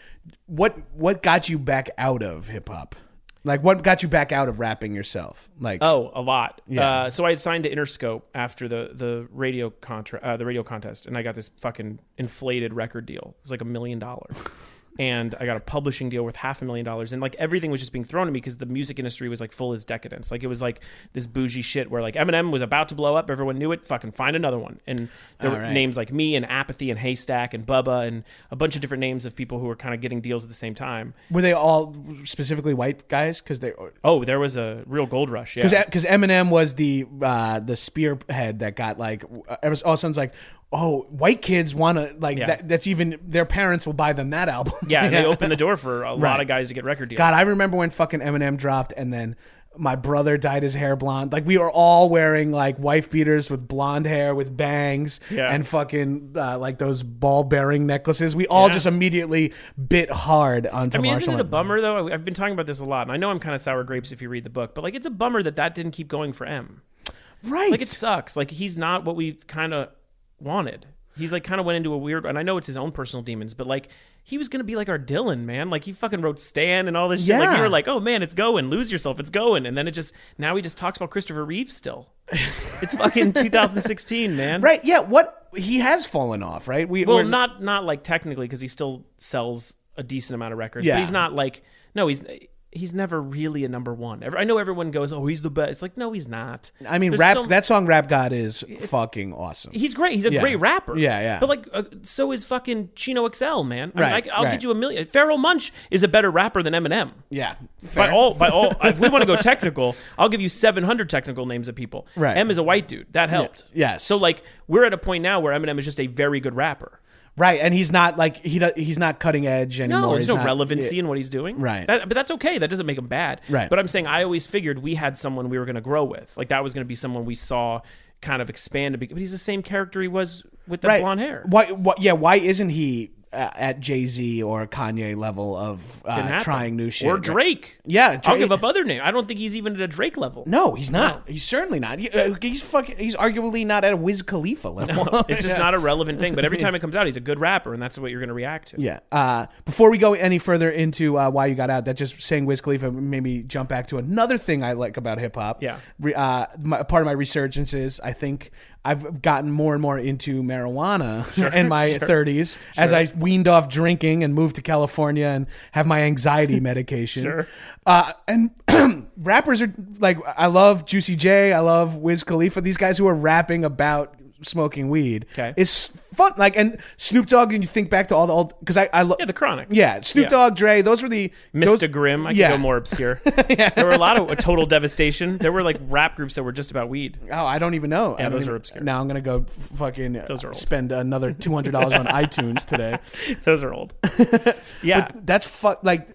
what what got you back out of hip hop? Like what got you back out of rapping yourself? Like Oh, a lot. Yeah. Uh, so I had signed to Interscope after the the radio contra- uh, the radio contest, and I got this fucking inflated record deal. It was like a million dollars, and I got a publishing deal worth half a million dollars, and like everything was just being thrown at me because the music industry was like full as decadence. Like it was like this bougie shit where like Eminem was about to blow up, everyone knew it. Fucking find another one, and there All were right. names like me and Apathy and Haystack and Bubba and a bunch of different names of people who were kind of getting deals at the same time. Were they all specifically white guys? Because they Oh, there was a real gold rush. Yeah. because Eminem was the uh, the spearhead that got like uh, it was all of a sudden it's like oh white kids want to like Yeah. that, that's even their parents will buy them that album. Yeah, and they opened the door for a lot Right. of guys to get record deals. God, I remember when fucking Eminem dropped and then. My brother dyed his hair blonde. Like we are all wearing like wife beaters with blonde hair with bangs Yeah. and fucking uh, like those ball bearing necklaces. We all Yeah. just immediately bit hard onto. I mean, Marshall isn't it a and- bummer though? I- I've been talking about this a lot, and I know I'm kind of sour grapes if you read the book, but like, it's a bummer that that didn't keep going for M. Right. Like, it sucks. Like, he's not what we kind of wanted. He's like kind of went into a weird, and I know it's his own personal demons, but like, he was gonna be like our Dylan, man. Like, he fucking wrote Stan and all this shit. Like, Yeah. you were like, oh man, it's going. Lose yourself, it's going. And then it just now he just talks about Christopher Reeve still. it's fucking 2016, man. Right. Yeah. What he has fallen off. Right. We Well, we're- not not like technically because he still sells a decent amount of records. Yeah. But he's not like no, he's he's never really a number one. Ever- I know everyone goes, oh, he's the best. It's like no, he's not. I mean, There's rap. so- that song, "Rap God," is fucking awesome. He's great. He's a Yeah. great rapper. Yeah, yeah. But like, uh, so is fucking Chino XL, man. I Right, mean, I, will right. get you a million. Pharrell Munch is a better rapper than Eminem. yeah. fair. By all, by all, if we want to go technical, I'll give you 700 technical names of people. Right. M is a white dude. That helped. yes. So like, we're at a point now where Eminem is just a very good rapper. Right. And he's not like he. do- He's not cutting edge anymore. No, He's there's no not- relevancy yeah. in what he's doing. Right. That- but that's okay. That doesn't make him bad. Right. But I'm saying I always figured we had someone we were going to grow with. Like that was going to be someone we saw kind of expand. to be- But he's the same character he was with that right. blonde hair. Why? What? Yeah. Why isn't he uh, at Jay Z or Kanye level of Didn't uh, happen. trying new shit? Or Right. Drake. Yeah, I'll Drake- give up other name. I don't think he's even at a Drake level. No, he's not. He's certainly not. He- uh, he's fucking. He's arguably not at a Wiz Khalifa level. It's just Yeah. not a relevant thing. But every time it comes out, he's a good rapper, and that's what you're going to react to. Yeah. Uh, before we go any further into uh, why you got out, that just saying Wiz Khalifa made me jump back to another thing I like about hip hop. Yeah. Re- uh, my, part of my resurgence is I think I've gotten more and more into marijuana in my 30s as I weaned off drinking and moved to California and have my anxiety medication. Sure. Uh, and rappers are like, I love Juicy J, I love Wiz Khalifa, these guys who are rapping about smoking weed. Okay. It's fun. Like, and Snoop Dogg, and you think back to all the old, because I, I love. Yeah, the Chronic. Yeah, Snoop Yeah. Dogg, Dre, those were the those- Mr. Grimm. I could yeah. go more obscure. There were a lot of total devastation. There were like rap groups that were just about weed. Oh, I don't even know. Yeah, those are obscure. Now I'm gonna go f- fucking Those are old. spend another two hundred dollars on iTunes today. Those are old. Yeah. That's fuck like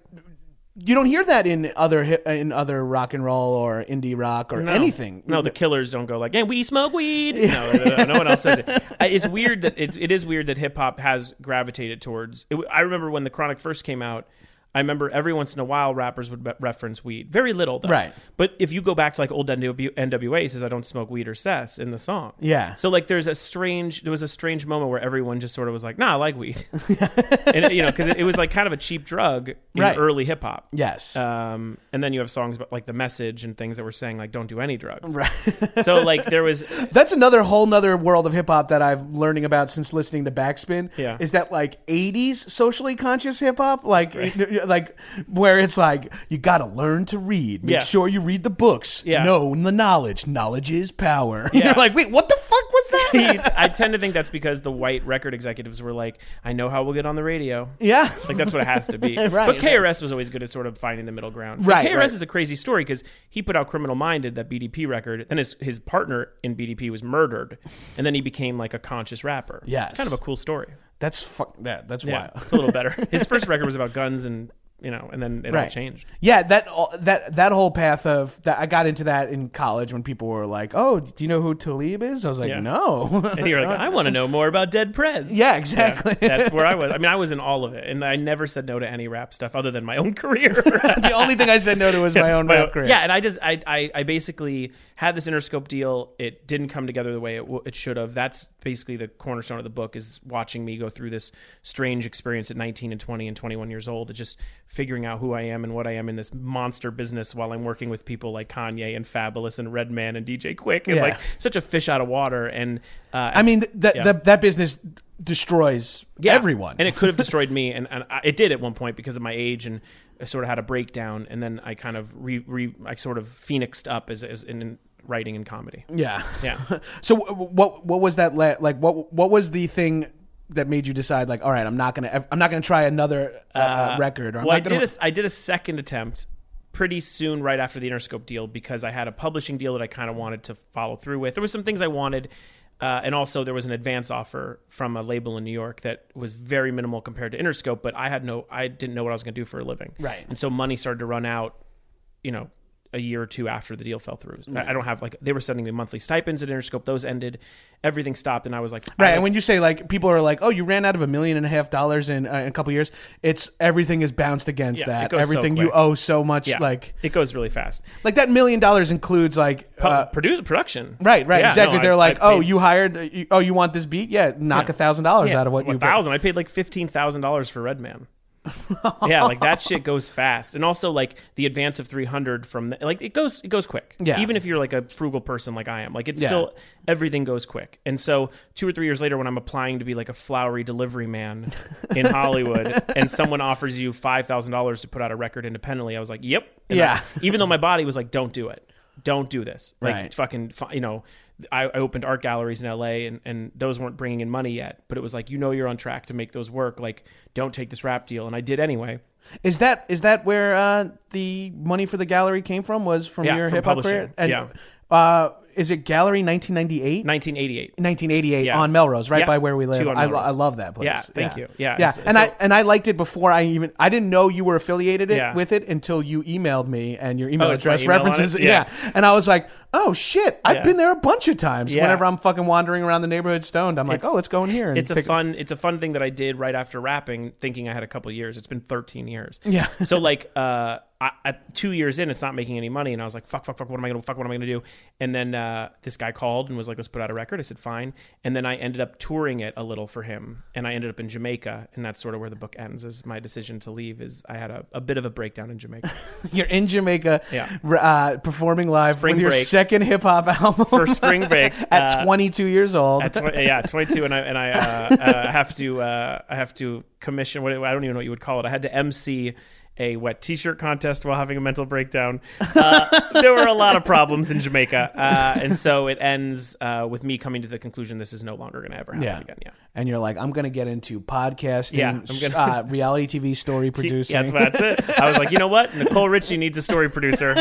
You don't hear that in other hi- in other rock and roll or indie rock or No. anything. No, the killers don't go like, "And we smoke weed." No, no, no, no one else says it. I- It's weird that it's it is weird that hip hop has gravitated towards. It, I remember when the Chronic first came out. I remember every once in a while rappers would re- reference weed, very little though. Right. But if you go back to like old NW, NWA, he says, "I don't smoke weed or cess" in the song. Yeah. So like, there's a strange. There was a strange moment where everyone just sort of was like, "Nah, I like weed," and you know, because it, it was like kind of a cheap drug in Right. early hip hop. yes. Um, and then you have songs about like the message and things that were saying like don't do any drugs. Right. so like there was That's another whole nother world of hip hop that I've learning about since listening to Backspin. Yeah. Is that like 80s socially conscious hip hop? Like, like where it's like, you got to learn to read. Make Yeah. sure you read the books. Yeah. Know the knowledge. Knowledge is power. Yeah. You're like, wait, what the fuck was that? I tend to think that's because the white record executives were like, I know how we'll get on the radio. yeah. Like that's what it has to be. Right, but right. KRS was always good at sort of finding the middle ground. But Right, KRS right. is a crazy story because he put out Criminal Minded, that BDP record. Then his his partner in BDP was murdered, and then he became like a conscious rapper. Yes. It's kind of a cool story. That's fuck that. That's Yeah, wild. it's a little better. His first record was about guns and you know, and then it all changed. Yeah, that all- that that whole path of that I got into that in college when people were like, "Oh, do you know who Talib is?" I was like, Yeah. "No." And you're like, I want to know more about Dead Prez. yeah, exactly. That's where I was. I mean, I was in all of it, and I never said no to any rap stuff other than my own career. the only thing I said no to was my own rap career. Yeah, and I just I, I I basically had this Interscope deal. It didn't come together the way it, w- it should have. That's basically the cornerstone of the book is watching me go through this strange experience at 19 and 20 and 21 years old, of just figuring out who I am and what I am in this monster business while I'm working with people like Kanye and Fabulous and Redman and DJ Quick and Yeah. like such a fish out of water. And uh, I mean, th- that Yeah. that that business destroys Yeah. everyone. and it could have destroyed me, and, and I, it did at one point because of my age, and I sort of had a breakdown, and then I kind of re, re I sort of phoenixed up as, as in, in writing and comedy. yeah, Yeah. So wh- wh- what what was that la- like? What what was the thing that made you decide like, all right, I'm not gonna ev- I'm not gonna try another uh, uh, record. Or I'm well, I not gonna- did a, I did a second attempt pretty soon right after the Interscope deal because I had a publishing deal that I kind of wanted to follow through with. There was some things I wanted, uh, and also there was an advance offer from a label in New York that was very minimal compared to Interscope, but I had no, I didn't know what I was going to do for a living, Right. And so money started to run out. You know. A year or two after the deal fell through, I I don't have like they were sending me monthly stipends at Interscope. Those ended, everything stopped, and I was like, I Right, don't- and when you say like people are like, "Oh, you ran out of a million and a half dollars in, uh, in a couple years," it's everything is bounced against Yeah, it that. goes so Everything you quick. owe so much, yeah, like it goes really fast. like that million dollars includes like Pu- uh, produ- production, right, right, Yeah, exactly. no, I- They're like, I "Oh, paid- you hired, uh, you, oh, you want this beat? Yeah, knock a thousand dollars Yeah, out of what a you thousand. I paid like fifteen thousand dollars for Redman. yeah, like that shit goes fast, and also like the advance of three hundred from the, like it goes it goes quick. Yeah. even if you're like a frugal person like I am, like it's Yeah. still everything goes quick. And so two or three years later, when I'm applying to be like a flowery delivery man in Hollywood, and someone offers you five thousand dollars to put out a record independently, I was like, yep. And Yeah. I- even though my body was like, don't do it, don't do this, like Right. fucking, fi- you know, I, I opened art galleries in LA and, and those weren't bringing in money yet, but it was like, you know, you're on track to make those work. Like, don't take this rap deal. And I did anyway. Is that is that where uh, the money for the gallery came from? Was from Yeah, your from hip hop publishing. career? And, Yeah. Uh, is it Gallery 1998? 1988. 1988 Yeah. on Melrose, right Yeah. by where we live. Two on I, Melrose. I love that place. Yeah, thank you. Yeah, yeah. it's- And so- I and I liked it before I even I didn't know you were affiliated it, Yeah. with it until you emailed me and your email Oh, it's my address email on references. it? Yeah. Yeah. and I was like, oh shit, I've Yeah. been there a bunch of times. Yeah. Whenever I'm fucking wandering around the neighborhood stoned, I'm like, It's- oh, let's go in here. And It's a pick- fun, it's a fun thing that I did right after rapping, thinking I had a couple years. It's been 13 years. Yeah. so like, uh, I, at two years in, it's not making any money, and I was like, fuck, fuck, fuck. What am I gonna fuck? What am I gonna do? And then uh, this guy called and was like, let's put out a record. I said, fine. And then I ended up touring it a little for him, and I ended up in Jamaica, and that's sort of where the book ends. Is my decision to leave? Is I had a, a bit of a breakdown in Jamaica. You're in Jamaica, Yeah. r- uh, performing live Spring with your break. second hip hop album For spring break, at uh, 22 years old. At twen- yeah, 22, and I and I uh, uh, have to uh, I have to commission what I don't even know what you would call it. I had to MC a wet T-shirt contest while having a mental breakdown. Uh, there were a lot of problems in Jamaica, uh, and so it ends uh, with me coming to the conclusion this is no longer going to ever happen Yeah. again. Yeah. and you're like, I'm gonna get into podcasting, Yeah, I'm gonna- uh, reality TV story producing. Yeah, that's, that's it. I was like, you know what? Nicole Richie needs a story producer.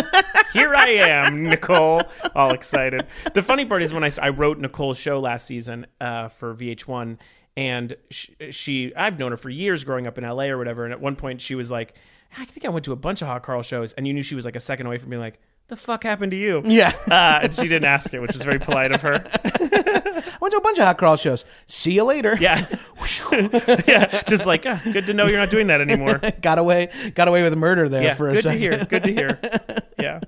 Here I am, Nicole, all excited. The funny part is when I, I wrote Nicole's show last season uh, for VH1, and she, she I've known her for years growing up in LA or whatever. And at one point, she was like, I think I went to a bunch of Hot Carl shows, and you knew she was like a second away from being like, the fuck happened to you? Yeah. Uh, and she didn't ask it, which was very polite of her. I went to a bunch of hot crawl shows. See you later. Yeah. yeah. Just like, "Ah, good to know you're not doing that anymore. got away. Got away with murder there Yeah. for a good second. to hear. Good to hear. Yeah.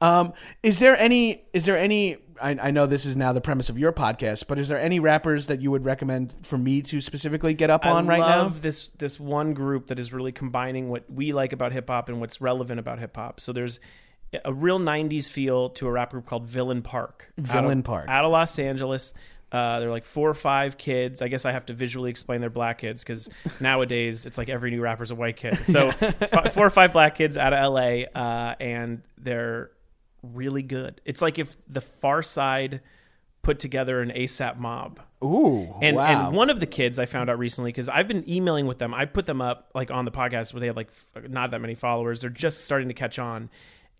Um, is there any? Is there any? I, I know this is now the premise of your podcast, but is there any rappers that you would recommend for me to specifically get up on I right love now? this this one group that is really combining what we like about hip hop and what's relevant about hip hop. So there's a real '90s feel to a rap group called Villain Park. out Villain of, Park. out of Los Angeles. Uh, they're like four or five kids. I guess I have to visually explain they're black kids because nowadays it's like every new rapper's a white kid. So it's fi- four or five black kids out of LA, uh, and they're really good. It's like if the Far Side put together an ASAP mob Ooh, and wow. and one of the kids I found out recently because I've been emailing with them. I put them up like on the podcast where they have like f- not that many followers. They're just starting to catch on,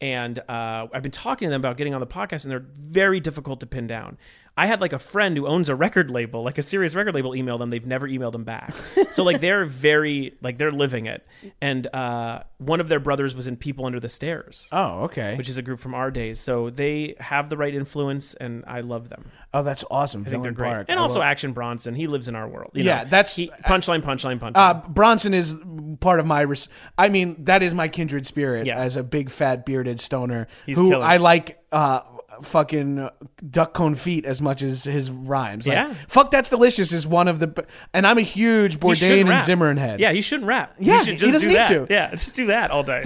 and uh, I've been talking to them about getting on the podcast, and they're very difficult to pin down. I had like a friend who owns a record label, like a serious record label, email them. They've never emailed them back. so like they're very like they're living it. And uh, one of their brothers was in People Under the Stairs, oh, okay. which is a group from our days. So they have the right influence, and I love them. oh, that's awesome. I think they're Villain great. Park. And I also love- Action Bronson, he lives in our world. you Yeah, know. that's- He- punchline, punchline, punchline. Uh, Bronson is part of my. Res- I mean, that is my kindred spirit Yeah. as a big fat bearded stoner He's who killing I it. like. Uh, fucking duck cone feet as much as his rhymes. Like, Yeah. fuck that's delicious is one of the. b- And I'm a huge He shouldn't Bourdain and rap. Zimmerman head. Yeah, he shouldn't rap. Yeah, he, should he just doesn't do need that. to. Yeah, just do that all day.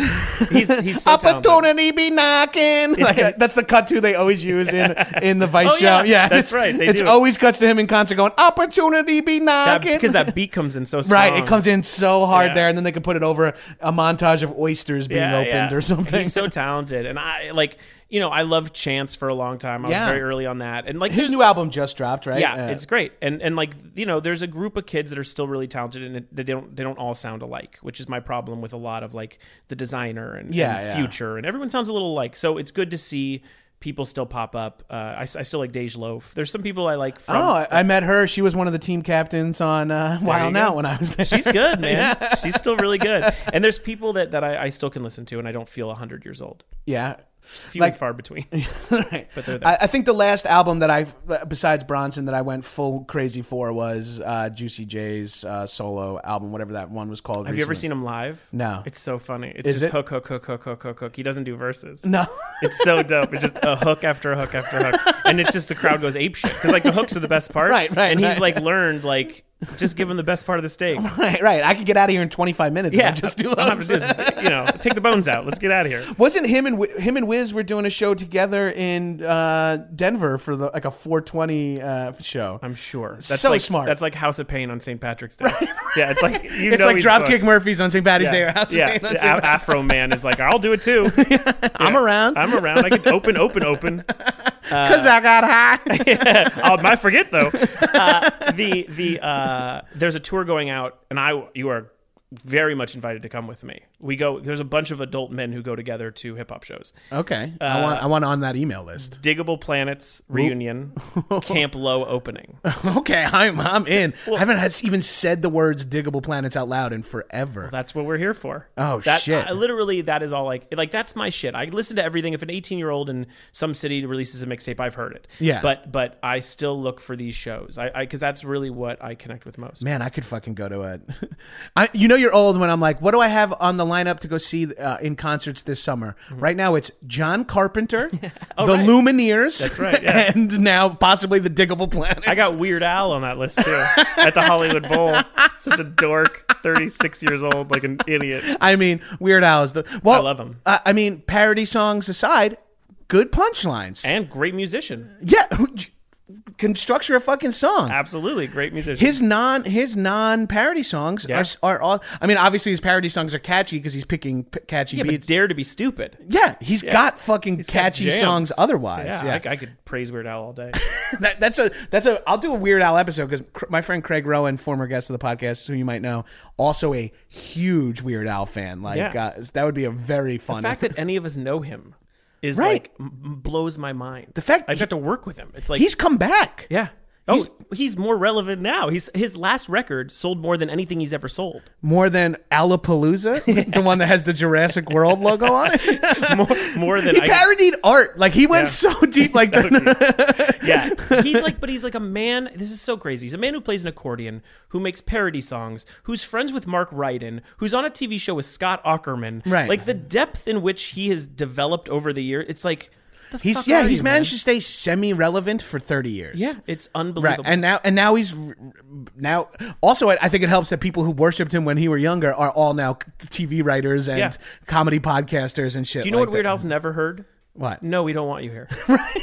He's he's so talented. Opportunity be knocking. Like, uh, that's the cut too they always use in in the Vice Oh, yeah. show. Yeah, That's it's, right, they it's do. always cuts to him in concert going opportunity be That- knocking because that beat comes in so strong. Right, it comes in so hard Um, Yeah. there, and then they can put it over a montage of oysters being Yeah, opened yeah. or something. He's so talented, and I like you know I loved Chance for a long time. I Yeah. was very early on that, and like His there's- new album just dropped, right? Uh, Yeah, it's great, and and like you know, there's a group of kids that are still really talented, and it- they don't they don't all sound alike, which is my problem with a lot of like the designer and, Yeah, and yeah. future, and everyone sounds a little alike. So it's good to see people still pop up. Uh, I, s- I still like Dej Loaf. There's some people I like Oh, from. I, I met her. She was one of the team captains on uh, Wild you go. Now when I was there. She's good, man. She's still really good. And there's people that, that I, I still can listen to, and I don't feel 100 years old. yeah. Few Like- and far between. Right. they're there. I, I think the last album that I, besides Bronson, that I went full crazy for was uh, Juicy J's uh, solo album, whatever that one was called. Have you ever seen him live? No. It's so funny. It's Is just it? hook, hook, hook, hook, hook, hook, hook. He doesn't do verses. No. It's so dope. It's just a hook after hook after hook, and it's just the crowd goes ape shit because like the hooks are the best part, Right, right, And he's right. like learned like just give him the best part of the steak. right, right. I could get out of here in 25 minutes. Yeah. Yeah, If I just do All I have to do those. is, you know take the bones out. Let's get out of here. Wasn't him and Wi- him and Wiz were doing a show together in uh, Denver for the like a 420 uh, show? I'm sure. That's So like, smart. That's like House of Pain on St. Patrick's Day. Yeah, it's like you it's know like he's Dropkick going. Murphys on St. Patty's Day. Or Yeah, House of yeah. Pain on The St. Af- Afro Man is like, I'll do it too. I'm around I'm uh, around. I can open, open, open. because I got high. I'll, I forget though. Uh, the the uh, there's a tour going out, and I you are very much invited to come with me. We go. There's a bunch of adult men who go together to hip hop shows. okay, Uh, I want I want on that email list. Diggable Planets reunion, Camp Low opening. Okay, I'm I'm in. I haven't has- even said the words "diggable planets" out loud in forever. That's what we're here for. Oh, that, shit. I, literally, that is all. Like, like that's my shit. I listen to everything. If an 18 year old in some city releases a mixtape, I've heard it. Yeah. But but I still look for these shows. I because that's really what I connect with most. Man, I could fucking go to a. I, you know, you're old when I'm like, what do I have on the lineup to go see uh, in concerts this summer? Right now, it's John Carpenter, the Oh, right. Lumineers, That's right, yeah. and now possibly the Diggable Planet. I got Weird Al on that list too at the Hollywood Bowl. Such a dork, 36 years old, like an idiot. I mean, Weird Al is the. Well, I love him. uh, I mean, parody songs aside, good punchlines. And great musician. yeah, who- can structure a fucking song. Absolutely great musician. his non his non parody songs Yeah. are are all. I mean, obviously his parody songs are catchy because he's picking p- catchy yeah, but beats. Dare to be Stupid. yeah, he's got fucking He's got catchy jams. songs. Otherwise, Yeah, yeah, I, I could praise Weird Al all day. That- that's a that's a. I'll do a Weird Al episode because cr- my friend Craig Rowan, former guest of the podcast, who you might know, also a huge Weird Al fan. Like Yeah. uh, that would be a very fun. The fact that any of us know him is Right. like m- m- blows my mind. The fact I he- got to work with him. It's like he's come back. yeah. He's, he's more relevant now. He's his last record sold more than anything he's ever sold. More than Alapalooza, the one that has the Jurassic World logo on it. More, more than he I, parodied art. Like he went so deep. Like the, yeah. He's like, but he's like a man. This is so crazy. He's a man who plays an accordion, who makes parody songs, who's friends with Mark Ryden, who's on a TV show with Scott Ackerman. Right. Like the depth in which he has developed over the year. It's like the he's fuck yeah. are He's you, managed man? to stay semi-relevant for thirty years. Yeah, it's Right, unbelievable. and now and now he's r- now also I I think it helps that people who worshipped him when he were younger are all now TV writers and Yeah. comedy podcasters and shit. Do you know like what Weird that. Al's never heard? What? No, we don't want you here.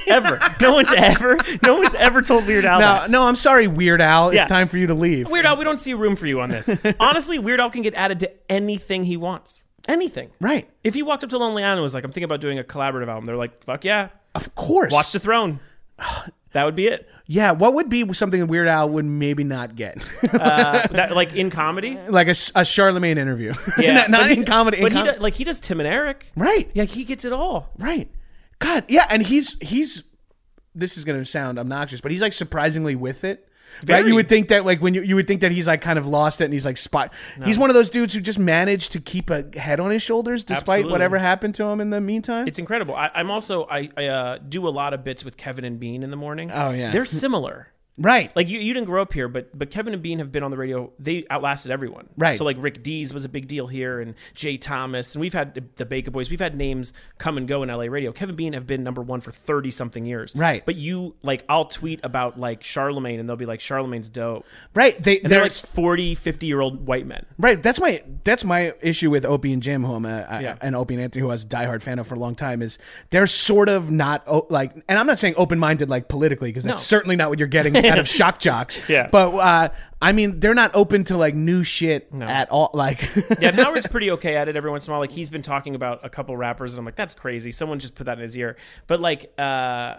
Ever. No one's ever. No one's ever told Weird Al. No, that. no, I'm sorry, Weird Al. Yeah. It's time for you to leave. Weird Al, we don't see room for you on this. Honestly, Weird Al can get added to anything he wants. Anything. Right. If he walked up to Lonely Island and was like, I'm thinking about doing a collaborative album, they're like, fuck yeah. Of course. Watch the Throne. That would be it. yeah, what would be something Weird Al would maybe not get? Uh, that, like in comedy. like a, S- a Charlemagne interview. not But not he- in comedy. in But com- he does, like he does Tim and Eric. right. Yeah, he gets it all. Right. God, yeah, and he's he's this is gonna sound obnoxious, but he's like surprisingly with it. Right? Very. You would think that like when you you would think that he's like kind of lost it and he's like spot he's one of those dudes who just managed to keep a head on his shoulders despite Absolutely. whatever happened to him in the meantime. It's incredible. I, I'm also I, I uh, do a lot of bits with Kevin and Bean in the morning. Oh, yeah. they're similar. right. Like you, you didn't grow up here, but but Kevin and Bean have been on the radio. They outlasted everyone. Right. So like Rick Dees was a big deal here, and Jay Thomas, and we've had the Baker Boys. We've had names come and go in LA radio. Kevin Bean have been number one for thirty something years. Right. But you like I'll tweet about like Charlemagne, and they'll be like Charlemagne's dope. right. They And they're they're like 40, 50 year old white men. Right, that's my that's my issue with Opie and Jim, who I'm a, a- Yeah. an Opie and Anthony, who I was a diehard fan of for a long time, is they're sort of not o- like, and I'm not saying open minded like politically because that's No. certainly not what you're getting out of shock jocks. Yeah. but uh, I mean they're not open to like new shit at all. Like, Yeah, and Howard's pretty okay at it every once in a while. Like he's been talking about a couple rappers, and I'm like, that's crazy. Someone just put that in his ear. But like, uh,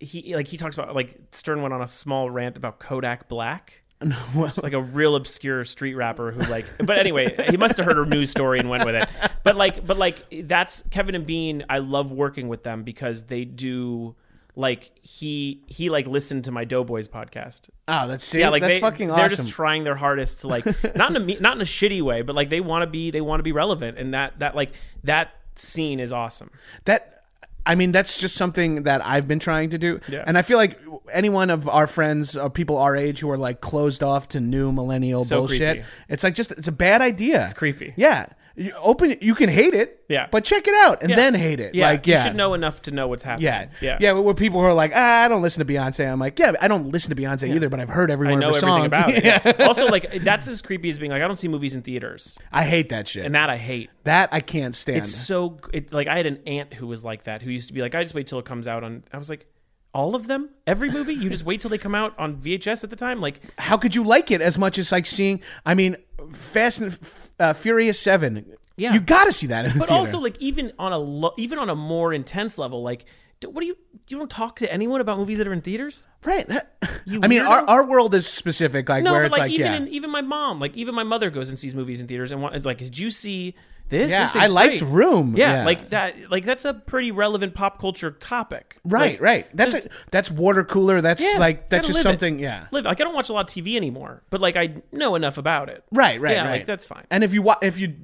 he like he talks about like Stern went on a small rant about Kodak Black. It's like a real obscure street rapper who like but anyway he must have heard a news story and went with it but like but like that's kevin and bean i love working with them because they do like he he like listened to my doughboys podcast oh, that's see, yeah, like that's they, fucking They're awesome. just trying their hardest to like not in a me- not in a shitty way, but like they want to be they want to be relevant, and that that like that scene is awesome. that I mean, that's just something that I've been trying to do. Yeah. And I feel like any one of our friends or people our age who are like closed off to new millennial So bullshit, creepy. it's like just, it's a bad idea. It's creepy. Yeah. You open, you can hate it. Yeah. But check it out and then hate it. Yeah, Like, yeah. you should know enough to know what's happening. Yeah. yeah, yeah. Where people who are like, ah, I don't listen to Beyonce. I'm like, yeah, I don't listen to Beyonce either, but I've heard every I one know of her everything songs. about it. Yeah. yeah. also, like that's as creepy as being like I don't see movies in theaters, I hate that shit. and that I hate. that I can't stand. It's so it, like I had an aunt who was like that, who used to be like, I just wait till it comes out on. I was like, all of them, every movie, you just wait till they come out on VHS at the time. Like, How could you like it as much as like seeing? I mean, Fast and F- uh, Furious Seven. Yeah. you got to see that. In the but theater. also like even on a lo- even on a more intense level like d- what do you you don't talk to anyone about movies that are in theaters right? I mean, our, weirdo. our world is specific, like no where but it's like, like, even yeah, in, even my mom like even my mother goes and sees movies in theaters and want, like did you see this Yeah, This thing's I liked great. Room. yeah, Yeah. like that like that's a pretty relevant pop culture topic right, Like, right. That's just- a, that's water cooler. That's yeah, like that's gotta just live it. something. Yeah, live like i don't watch a lot of tv anymore but like i know enough about it right, right, yeah right. like that's fine And if you wa- if you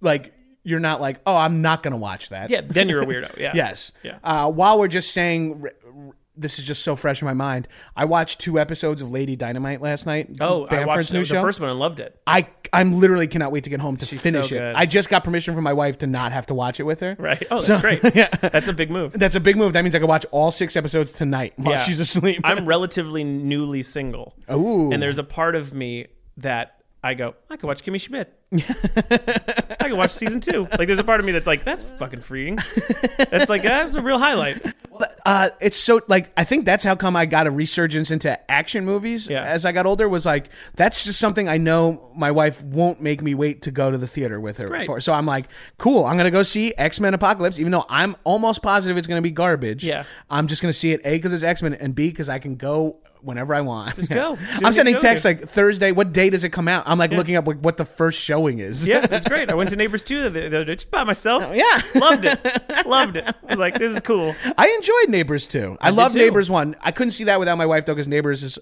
like, you're not like, oh, I'm not gonna watch that. yeah then you're a weirdo yeah Yes. yeah Uh, while we're just saying, r- r- this is just so fresh in my mind. I watched two episodes of Lady Dynamite last night. oh i Bamford's watched the, new the show. first one and loved it I I'm literally cannot wait to get home to She's finish so it. good. I just got permission from my wife to not have to watch it with her. right oh that's So- great yeah. that's a big move That's a big move. That means I can watch all six episodes tonight while Yeah. she's asleep. I'm relatively newly single. Ooh. And there's a part of me that I go, I could watch Kimmy Schmidt. I could watch season two. Like, there's a part of me that's like, that's fucking freeing. That's like, that's a real highlight. uh, it's so like I think that's how come I got a resurgence into action movies Yeah. as I got older. Was like that's just something I know my wife won't make me wait to go to the theater with her great. for. So I'm like, cool. I'm gonna go see X Men Apocalypse, even though I'm almost positive it's gonna be garbage. Yeah. I'm just gonna see it a because it's X Men and b because I can go whenever I want. Just go. Do what I'm you sending do. texts like Thursday. What day does it come out? I'm like looking up like, what the first showing is. yeah, it's great. I went to Neighbors too the the other day, just by myself. Oh, yeah. Loved it. Loved it. I was like, this is cool. I enjoyed Neighbors too. I, love too. Neighbors one. I couldn't see that without my wife though, because Neighbors is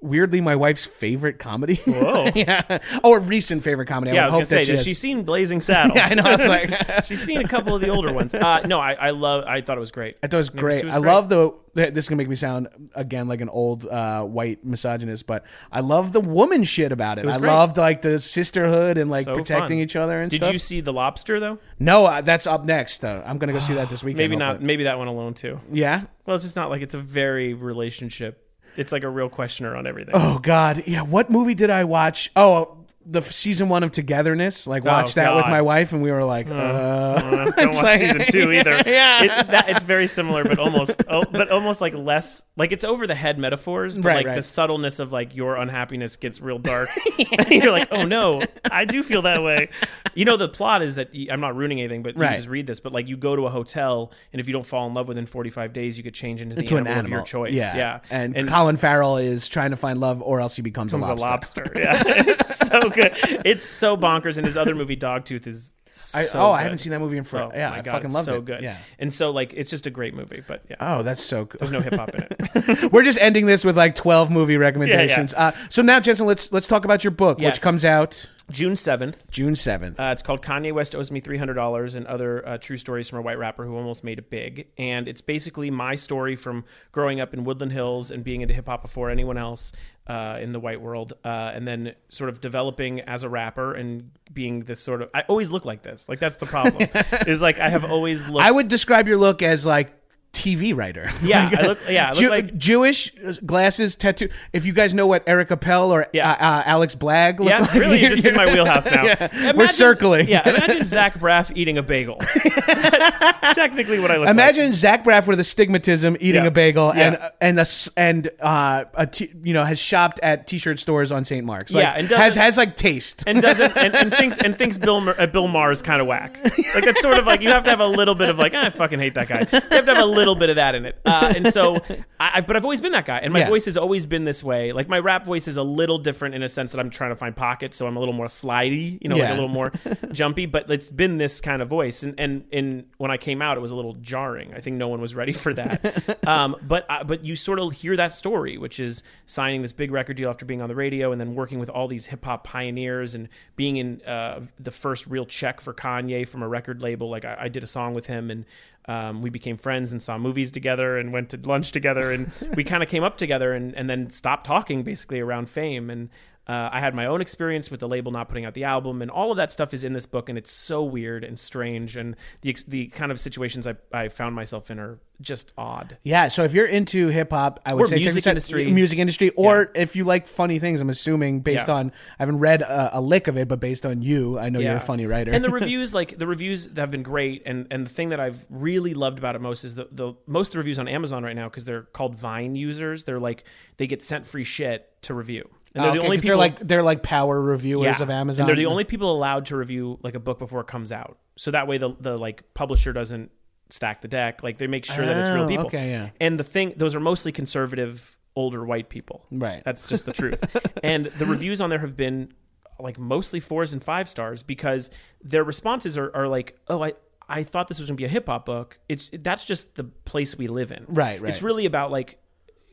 weirdly my wife's favorite comedy. Whoa. yeah. Oh, a recent favorite comedy. Yeah, I would was going hope to say, that she she's has- seen Blazing Saddles. I know. I was like, She's seen a couple of the older ones. Uh, no, I, I love. I thought it was great. That was Neighbors great. 2 was I love the. This is gonna make me sound again like an old uh, white misogynist, but I love the woman shit about it. was I great. loved like the sisterhood and like So protecting fun. each other and Did stuff. you see The Lobster though? no, uh, that's up next though. I'm gonna go see that this weekend. Maybe not. hopefully. Maybe that one alone too. Yeah. Well, it's just not like it's a very relationship. It's like a real questioner on everything. Oh God. Yeah. What movie did I watch? Oh, the f- season one of Togetherness. Like watched that with Oh, God. my wife, and we were like, uh, Don't watch like- season two either. yeah. It, that, it's very similar, but almost, oh, but almost like less. Like it's over the head metaphors, but Right, like right. the subtleness of like your unhappiness gets real dark. You're like, oh no, I do feel that way. You know, the plot is that you, I'm not ruining anything, but Right. you just read this. But like, you go to a hotel, and if you don't fall in love within 45 days, you could change into the to an animal, animal of your choice. Yeah. Yeah, And, Colin Farrell is trying to find love, or else he becomes, He's a lobster. a lobster. Yeah, it's so good. It's so bonkers. And his other movie, Dogtooth, is. So I, oh, I good. haven't seen that movie in forever. Oh, yeah, my I God, fucking it's love so it. good. Yeah. And so like it's just a great movie, but yeah. Oh, that's so cool. There's no hip hop in it. We're just ending this with like twelve movie recommendations. Uh, so now, Jensen, let's let's talk about your book, Yes. which comes out June seventh. June seventh. Uh, it's called Kanye West owes me three hundred dollars and other uh, true stories from a white rapper who almost made it big. And it's basically my story from growing up in Woodland Hills and being into hip hop before anyone else uh, in the white world, uh, and then sort of developing as a rapper and being this sort of. I always look like this. Like that's the problem. is like I have always looked. I would describe your look as like TV writer. Yeah, Like, I look- yeah, I look Jew- like- Jewish uh, glasses, tattoo. If you guys know what Eric Appel or Yeah. uh, uh, Alex Blagg look yeah, like, really, you're just in my wheelhouse now. We're Imagine- circling. Yeah, imagine Zach Braff eating a bagel. Technically, what I look like. Imagine Zach Braff with astigmatism eating Yeah. a bagel and Yeah. and a s- and uh, a t- you know has shopped at t-shirt stores on St. Mark's. Like, Yeah, and has doesn't- has like taste. and doesn't and, and thinks and thinks Bill Mur- uh, Bill Maher's kind of whack. Like that's sort of like you have to have a little bit of like "Ah, I fucking hate that guy. You have to have a little bit of that in it. Uh, and so, I, I- but I've always been that guy, and my Yeah. voice has always been this way. Like my rap voice is a little different in a sense that I'm trying to find pockets, so I'm a little more slidey, you know, like Yeah. a little more jumpy. But it's been this kind of voice, and and and when I came out, it was a little jarring. I think no one was ready for that. um, but I but you sort of hear that story, which is signing this big record deal after being on the radio, and then working with all these hip hop pioneers, and being in uh, the first real check for Kanye from a record label. Like I, I did a song with him, and um, we became friends and saw movies together, and went to lunch together, and we kind of came up together, and and then stopped talking basically around fame and. Uh, I had my own experience with the label not putting out the album, and all of that stuff is in this book, and it's so weird and strange, and the ex- the kind of situations I, I found myself in are just odd. Yeah, so if you're into hip hop, I would Or say check music this out. industry. music industry, or if you like funny things. I'm assuming based Yeah. on I haven't read a, a lick of it, but based on you, I know you're a Yeah. funny writer. and the reviews, like the reviews have been great. And and the thing that I've really loved about it most is the, the most of the reviews on Amazon right now because they're called Vine users. They're like they get sent free shit to review. And Oh, Okay, 'cause they're like they're like power reviewers Yeah. of Amazon. And they're the only people allowed to review like a book before it comes out. So that way the the like publisher doesn't stack the deck. Like they make sure that it's Oh, real people. okay, yeah. And the thing those are mostly conservative older white people. Right. That's just the truth. and the reviews on there have been like mostly fours and five stars because their responses are, are like, oh, I, I thought this was gonna be a hip hop book. It's that's just the place we live in. Right, right. It's really about like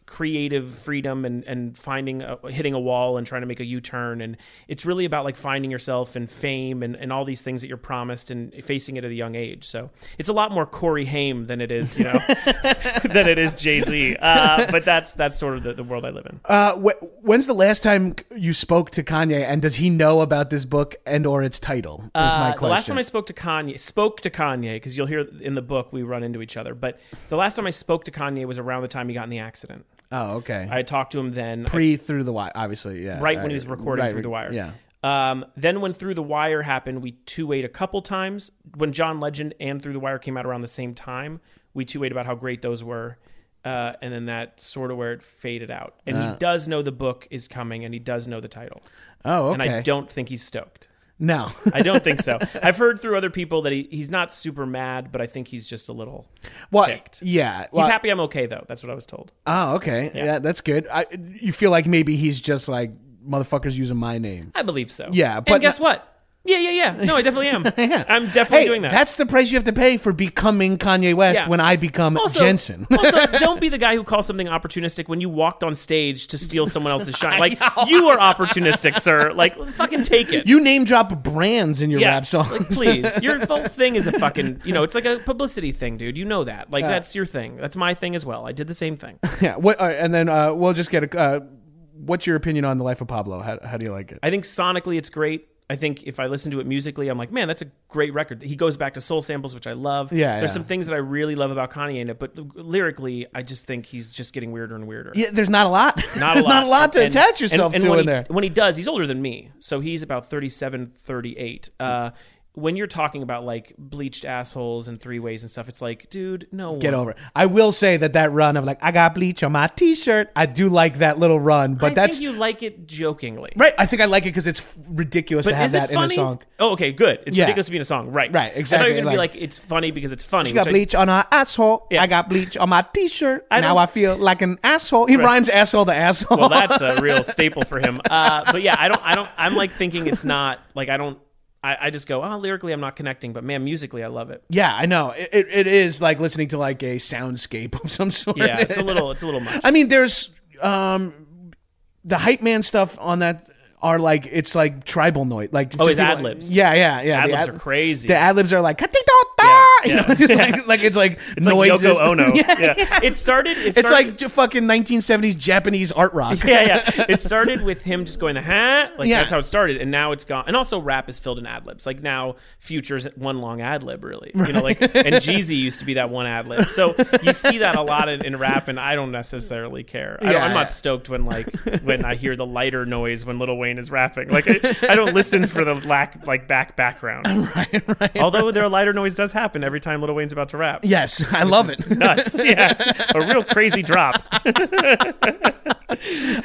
creative freedom and and finding a, hitting a wall and trying to make a u-turn and it's really about like finding yourself and fame and, and all these things that you're promised and facing it at a young age so it's a lot more corey haim than it is you know than it is jay-z uh, but that's that's sort of the, the world i live in Uh, wh- when's the last time you spoke to Kanye, and does he know about this book and or its title? Is my Uh, question. the last time I spoke to Kanye, spoke to Kanye, because you'll hear in the book we run into each other. But the last time I spoke to Kanye was around the time he got in the accident. oh, okay. I talked to him then, I- Pre through the wire, obviously. Yeah. right I- when he was recording right, through the wire. Yeah. Um, then when Through the Wire happened, we two weighed a couple times. When John Legend and Through the Wire came out around the same time, we two weighed about how great those were. Uh, and then that's sort of where it faded out. Uh. And he does know the book is coming, and he does know the title. Oh, okay. And I don't think he's stoked. No. I don't think so. I've heard through other people that he, he's not super mad, but I think he's just a little Well, ticked. yeah. He's well- happy I'm okay though. That's what I was told. Oh, okay. Yeah, that's good. I, you feel like maybe he's just like motherfuckers using my name. I believe so. Yeah, but- and guess what? Yeah, yeah, yeah. No, I definitely am. I'm definitely Hey, doing that. that's the price you have to pay for becoming Kanye West Yeah. when I become also, Jensen. also, don't be the guy who calls something opportunistic when you walked on stage to steal someone else's shine. Like you are opportunistic, sir. Like fucking take it. you name drop brands in your yeah, rap songs. like, please. Your whole thing is a fucking, you know, it's like a publicity thing, dude. You know that. Like that's your thing. That's my thing as well. I did the same thing. yeah. What, all right, and then uh, we'll just get a. Uh, what's your opinion on the life of Pablo? How, how do you like it? I think sonically it's great. I think if I listen to it musically, I'm like, man, that's a great record. He goes back to soul samples, which I love. Yeah, there's yeah. some things that I really love about Kanye in it, but lyrically, I just think he's just getting weirder and weirder. yeah, there's not a lot. not a there's lot. not a lot to And- attach and- yourself and to when in he, there. When he does, he's older than me, so he's about 37, 38. Uh, when you're talking about like bleached assholes and three ways and stuff, it's like, dude, no. Get over it. I will say that that run of like I got bleach on my T-shirt. I do like that little run, but I that's think you like it jokingly. right. I think I like it because it's ridiculous to But have is that it in a funny? song. Oh, okay, good. It's Yeah. ridiculous to be in a song, right? Right, I exactly, thought you were gonna like- be like, it's funny because it's funny. She got which I- bleach on her asshole. Yeah. I got bleach on my T-shirt. I now don't- I feel like an asshole. He rhymes asshole to asshole. well, that's a real staple for him. Uh, but yeah, I don't, I don't, I'm like thinking it's not like I don't, I, I just go, oh, lyrically I'm not connecting, but man, musically I love it. yeah, I know. It, it, it is like listening to like a soundscape of some sort. Yeah, it's a little, it's a little much. I mean, there's um, the hype man stuff on that are like it's like tribal noise. Like just Oh, his people- ad-libs. Yeah, yeah, yeah. the Ad-libs are crazy. The ad libs are like yeah, Yeah, You yeah. know, just like, like it's like like noises. Yoko Ono. yeah, Yeah. It started. It It's started, like j- fucking 1970s Japanese art rock. yeah, yeah. It started with him just going, huh? Like Yeah. that's how it started, and now it's gone. And also, rap is filled in ad libs. Like now, Future's one long ad lib, really. You know, like and Jeezy used to be that one ad lib. So you see that a lot in, in rap, and I don't necessarily care. I don't, Yeah, I'm yeah. not stoked when like when I hear the lighter noise when Lil Wayne is rapping. Like I, I don't listen for the lack like back background. right, right. Although their lighter noise does happen every time Lil Wayne's about to rap. Yes, I love it. Nuts. Yeah, it's a real crazy drop.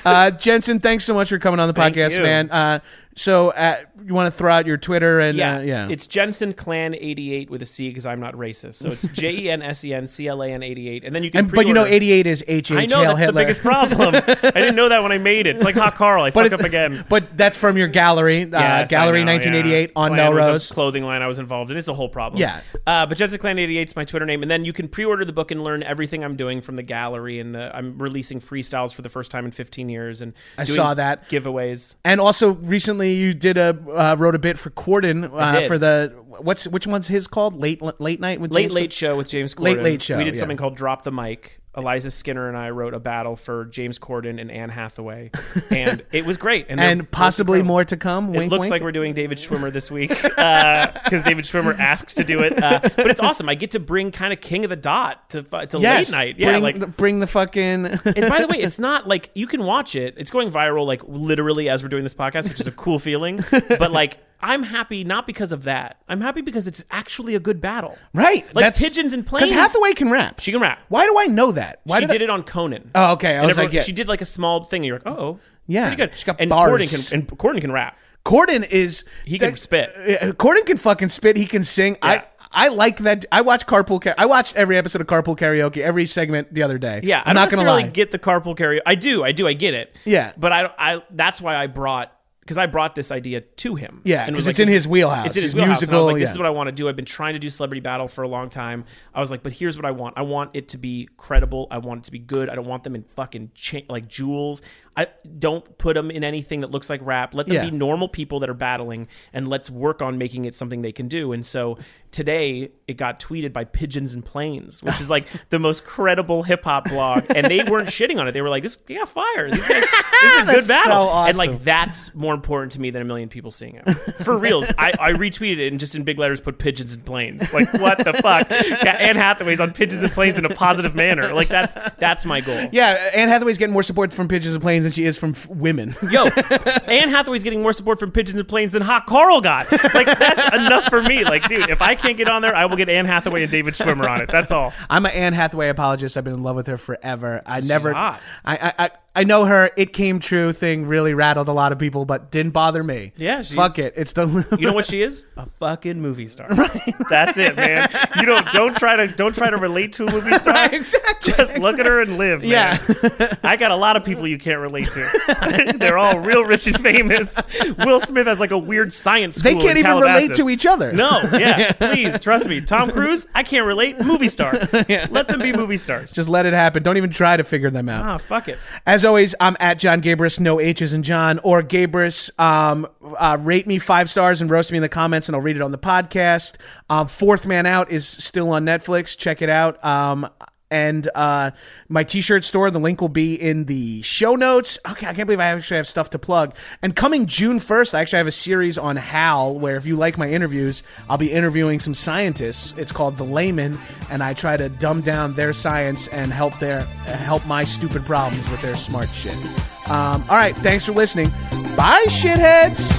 Uh, Jensen, thanks so much for coming on the Thank podcast, you. man. Uh, so uh, you want to throw out your Twitter and Yeah, uh, yeah. It's Jensen Clan eighty eight with a C because I'm not racist. So it's J E N S E N C L A N eighty eight, and then you can. and, but you know, pre-order. eighty eight is H H I Hail know that's Hitler. the biggest problem. I didn't know that when I made it. It's like hot Carl. I but fuck it's- up again. But that's from your gallery, uh, Yes, gallery I know, yeah. nineteen eighty eight on Clan was a Melrose. clothing line I was involved in. It's a whole problem. Yeah. Uh, but Jensen Clan 88 is my Twitter name. And then you can pre order the book and learn everything I'm doing from the gallery. And the, I'm releasing freestyles for the first time in 15 years. And I doing saw that. Giveaways. and also recently, you did a uh, wrote a bit for Corden uh, did. for the what's which one's his called late late night with Late James Late Show with James Corden. Late Late Show, We did yeah. something called Drop the Mic. Eliza Skinner and I wrote a battle for James Corden and Anne Hathaway, and it was great. And, Corden? they're- and possibly they're- more to come. It wink, looks wink. like we're doing David Schwimmer this week because David Schwimmer asked to do it. Uh, but it's awesome. I get to bring kind of King of the Dot to fu- to yes, late night. Yeah, bring, like the, bring the fucking. and by the way, it's not like you can watch it. It's going viral like literally as we're doing this podcast, which is a cool feeling. But like I'm happy not because of that. I'm happy because it's actually a good battle. Right, Like pigeons and planes. Because Hathaway can rap. She can rap. Why do I know that? Why she did I- did it on Conan. Oh, okay. I And was like, everyone- yeah. she did like a small thing. And you're like, oh, Yeah. pretty good. She's got and bars. Corden can and Corden can rap. Corden is He can spit. Uh, Corden can fucking spit. He can sing. Yeah. I I like that. I watch carpool. Car- I watched every episode of Carpool Karaoke, every segment the other day. Yeah, I'm I not don't gonna necessarily lie. Get the carpool karaoke. I do. I do. I get it. Yeah. but I. don't- I that's why I brought because I brought this idea to him. Yeah, And it was 'cause it's in this- his wheelhouse. It's in his He's wheelhouse. and I was like, musical, this yeah. is what I want to do. I've been trying to do celebrity battle for a long time. I was like, but here's what I want. I want it to be credible. I want it to be good. I don't want them in fucking cha- like jewels. I don't put them in anything that looks like rap. Let them Yeah. be normal people that are battling, and let's work on making it something they can do. And so today it got tweeted by Pigeons and Planes, which is like the most credible hip hop blog, and they weren't shitting on it. They were like, "This they got fire. These guys, this is a That's good battle." so And awesome. like that's more important to me than a million people seeing it for reals. I, I retweeted it and just in big letters put Pigeons and Planes. Like what the fuck? Yeah, Anne Hathaway's on Pigeons and Planes in a positive manner. Like that's that's my goal. yeah, Anne Hathaway's getting more support from pigeons and planes than she is from f- women. Yo, Anne Hathaway's getting more support from Pigeons and Planes than Hot Carl got. Like, that's enough for me. Like, dude, if I can't get on there, I will get Anne Hathaway and David Schwimmer on it. That's all. I'm an Anne Hathaway apologist. I've been in love with her forever. I never. hot. I, I I I know her. It came true thing really rattled a lot of people, but didn't bother me. Yeah, she's- fuck it. It's the You know what she is? A fucking movie star. That's it, man. You don't don't try to don't try to relate to a movie star. exactly. Just look at her and live. Yeah. man. I got a lot of people you can't relate to. They're all real rich and famous. Will Smith has like a weird science school. They can't in even relate Calabasas. to each other. No, yeah, please trust me. Tom Cruise, I can't relate. Movie star. Let them be movie stars. Just let it happen. Don't even try to figure them out. Ah, fuck it. As always, I'm at John Gabris, no H's in John, or Gabris. Um, uh, rate me five stars and roast me in the comments, and I'll read it on the podcast. Um, Fourth Man Out is still on Netflix. Check it out. Um, and uh, my T-shirt store, the link will be in the show notes. Okay, I can't believe I actually have stuff to plug. And coming June first, I actually have a series on Hal, where if you like my interviews, I'll be interviewing some scientists. It's called The Layman, and I try to dumb down their science and help their help my stupid problems with their smart shit. Um, all right, thanks for listening. Bye, shitheads.